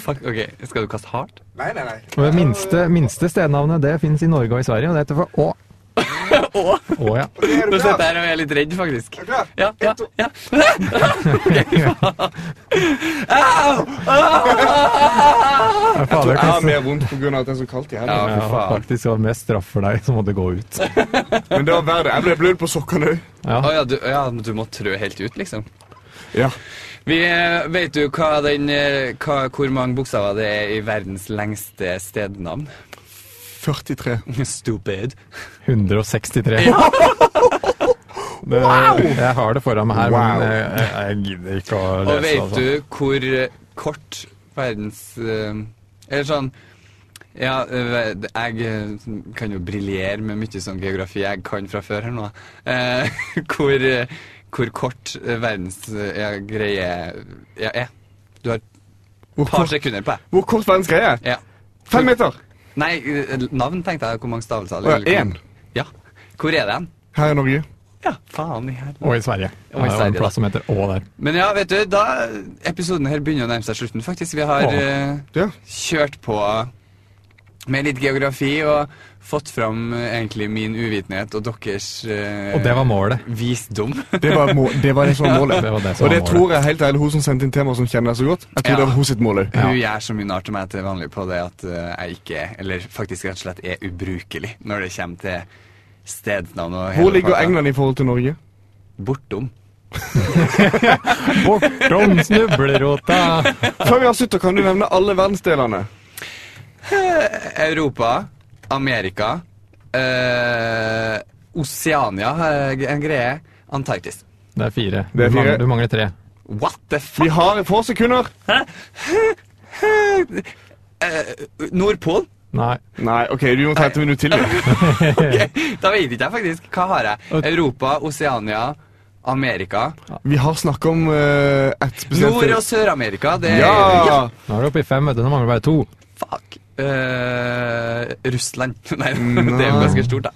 S1: Fuck, ok, Skal du kaste hardt?
S2: Nei, nei, nei.
S3: Og det minste, minste stednavnet det finnes i Norge og i Sverige, og det heter for Å. Å? ja.
S1: Nå sitter jeg her og er litt redd, faktisk.
S2: Er du klar?
S1: Ja, ja,
S2: En, to.
S1: ja. Au! Au!
S3: Ja,
S2: Jeg
S3: fader,
S2: tror jeg har
S3: Chris.
S2: mer vondt pga. at det er så kaldt i
S1: Ja,
S2: hendene.
S1: fy
S3: Ja,
S1: faen.
S3: faktisk, det var mest straff for deg, så må det gå ut.
S2: Men det var verre det. Jeg ble blødd på sokkene òg.
S3: Ja.
S1: Å ja, du, ja, men du må trø helt ut, liksom.
S2: Ja.
S1: Vi eh, Vet du hva den, eh, hva, hvor mange bokstaver det er i verdens lengste stednavn?
S2: 43.
S1: Stupid.
S3: 163. Det, jeg har det foran meg her,
S2: Wow.
S3: men jeg, jeg, jeg gidder ikke å
S1: Og
S3: lese.
S1: vet
S3: altså.
S1: du hvor eh, kort verdens eh, Eller sånn Ja, eh, jeg eh, kan jo briljere med mye sånn geografi jeg kan fra før her nå. Eh, hvor, eh, hvor kort eh, verdens eh, ja, greie ja, er. Du har et
S2: Hvor
S1: par
S2: kort,
S1: sekunder på deg.
S2: hvor kort verdens greie er?
S1: Ja.
S2: Fem meter!
S1: Nei, eh, navn tenkte jeg. Hvor mange stavelser?
S2: Å, ja,
S1: eller hvor-
S2: en.
S1: Ja. Hvor er den?
S2: Her i Norge.
S1: Ja, faen i helvete.
S3: Og i Sverige.
S1: Og i
S3: det er jo
S1: Sverige,
S3: en plass som heter Å der.
S1: Men ja, vet du, da Episoden her begynner å nærme seg slutten, faktisk. Vi har
S3: Åh.
S1: eh,
S2: Ja.
S1: kjørt på med litt geografi og fått fram eh, egentlig min uvitenhet og deres eh,
S3: Og det var målet.
S1: visdom.
S2: Det var, må, det, var det som var målet.
S3: Det var det
S2: Og
S3: som var
S2: det
S3: målet.
S2: tror jeg helt ærlig hun som sendte inn temaet, som kjenner deg så godt. Jeg tror
S1: Ja.
S2: det var hun sitt mål òg.
S1: Hun gjør så mye narr til meg til vanlig på det at eh, jeg ikke er, eller faktisk rett og slett er ubrukelig når det kommer til stedsnavn og
S2: Hvor ligger
S1: pakka.
S2: England i forhold til Norge?
S1: Bortom.
S3: Bortom snublerota!
S2: Før vi avslutter, kan du nevne alle verdensdelene.
S1: Eh, Europa, Amerika, eh, Oseania eh, en greie, Antarktis.
S3: Det er fire.
S2: Det er
S3: Du, mangler,
S2: fire.
S3: du mangler tre.
S1: What the fuck?
S2: Vi har få sekunder.
S1: Eh, Nordpol?
S3: Nei.
S2: Nei, OK, du må 30 minutter til. du.
S1: Ok, Da vet ikke jeg faktisk. Hva har jeg? Europa, Oseania, Amerika.
S2: Vi har snakka om eh, ett spesielt
S1: Nord- og Sør-Amerika, det er
S2: Ja!
S3: Nå er du oppe i fem, vet du. Nå mangler du bare to.
S1: Fuck. Eh, Russland. Nei, det er jo ganske stort, da.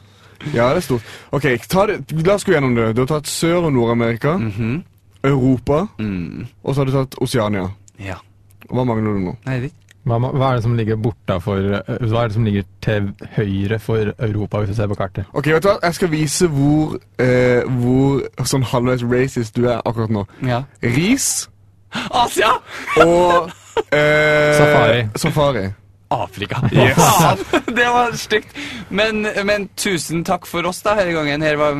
S2: Ja, det er stort. Ok, ta det, La oss gå gjennom det. Du har tatt Sør- og Nord-Amerika,
S3: Mm.
S2: Europa,
S1: Mhm, Mm,
S2: og så har du tatt Oceania.
S1: ja.
S2: Hva mangler du nå?
S1: Nei, det
S3: Hva, må- hva er det som ligger bortafor eh, Hva er det som ligger til høyre for Europa, hvis du ser på kartet?
S2: Ok, vet du hva? Jeg skal vise hvor, eh, hvor sånn halvveis racist du er akkurat nå.
S1: ja.
S2: Ris
S1: Asia!
S2: og eh,
S3: Safari.
S2: Safari.
S1: Afrika. Faen, det var stygt. Men, men tusen takk for oss da, denne gangen. Her var,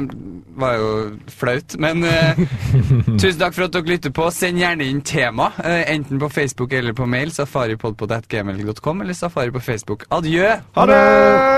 S1: var jo flaut. Men eh, tusen takk for at dere lytter på. Send gjerne inn tema, eh, enten på Facebook eller på mail. Safaripodpod.gmail.com eller safari på Facebook. Adjø!
S2: Ha det!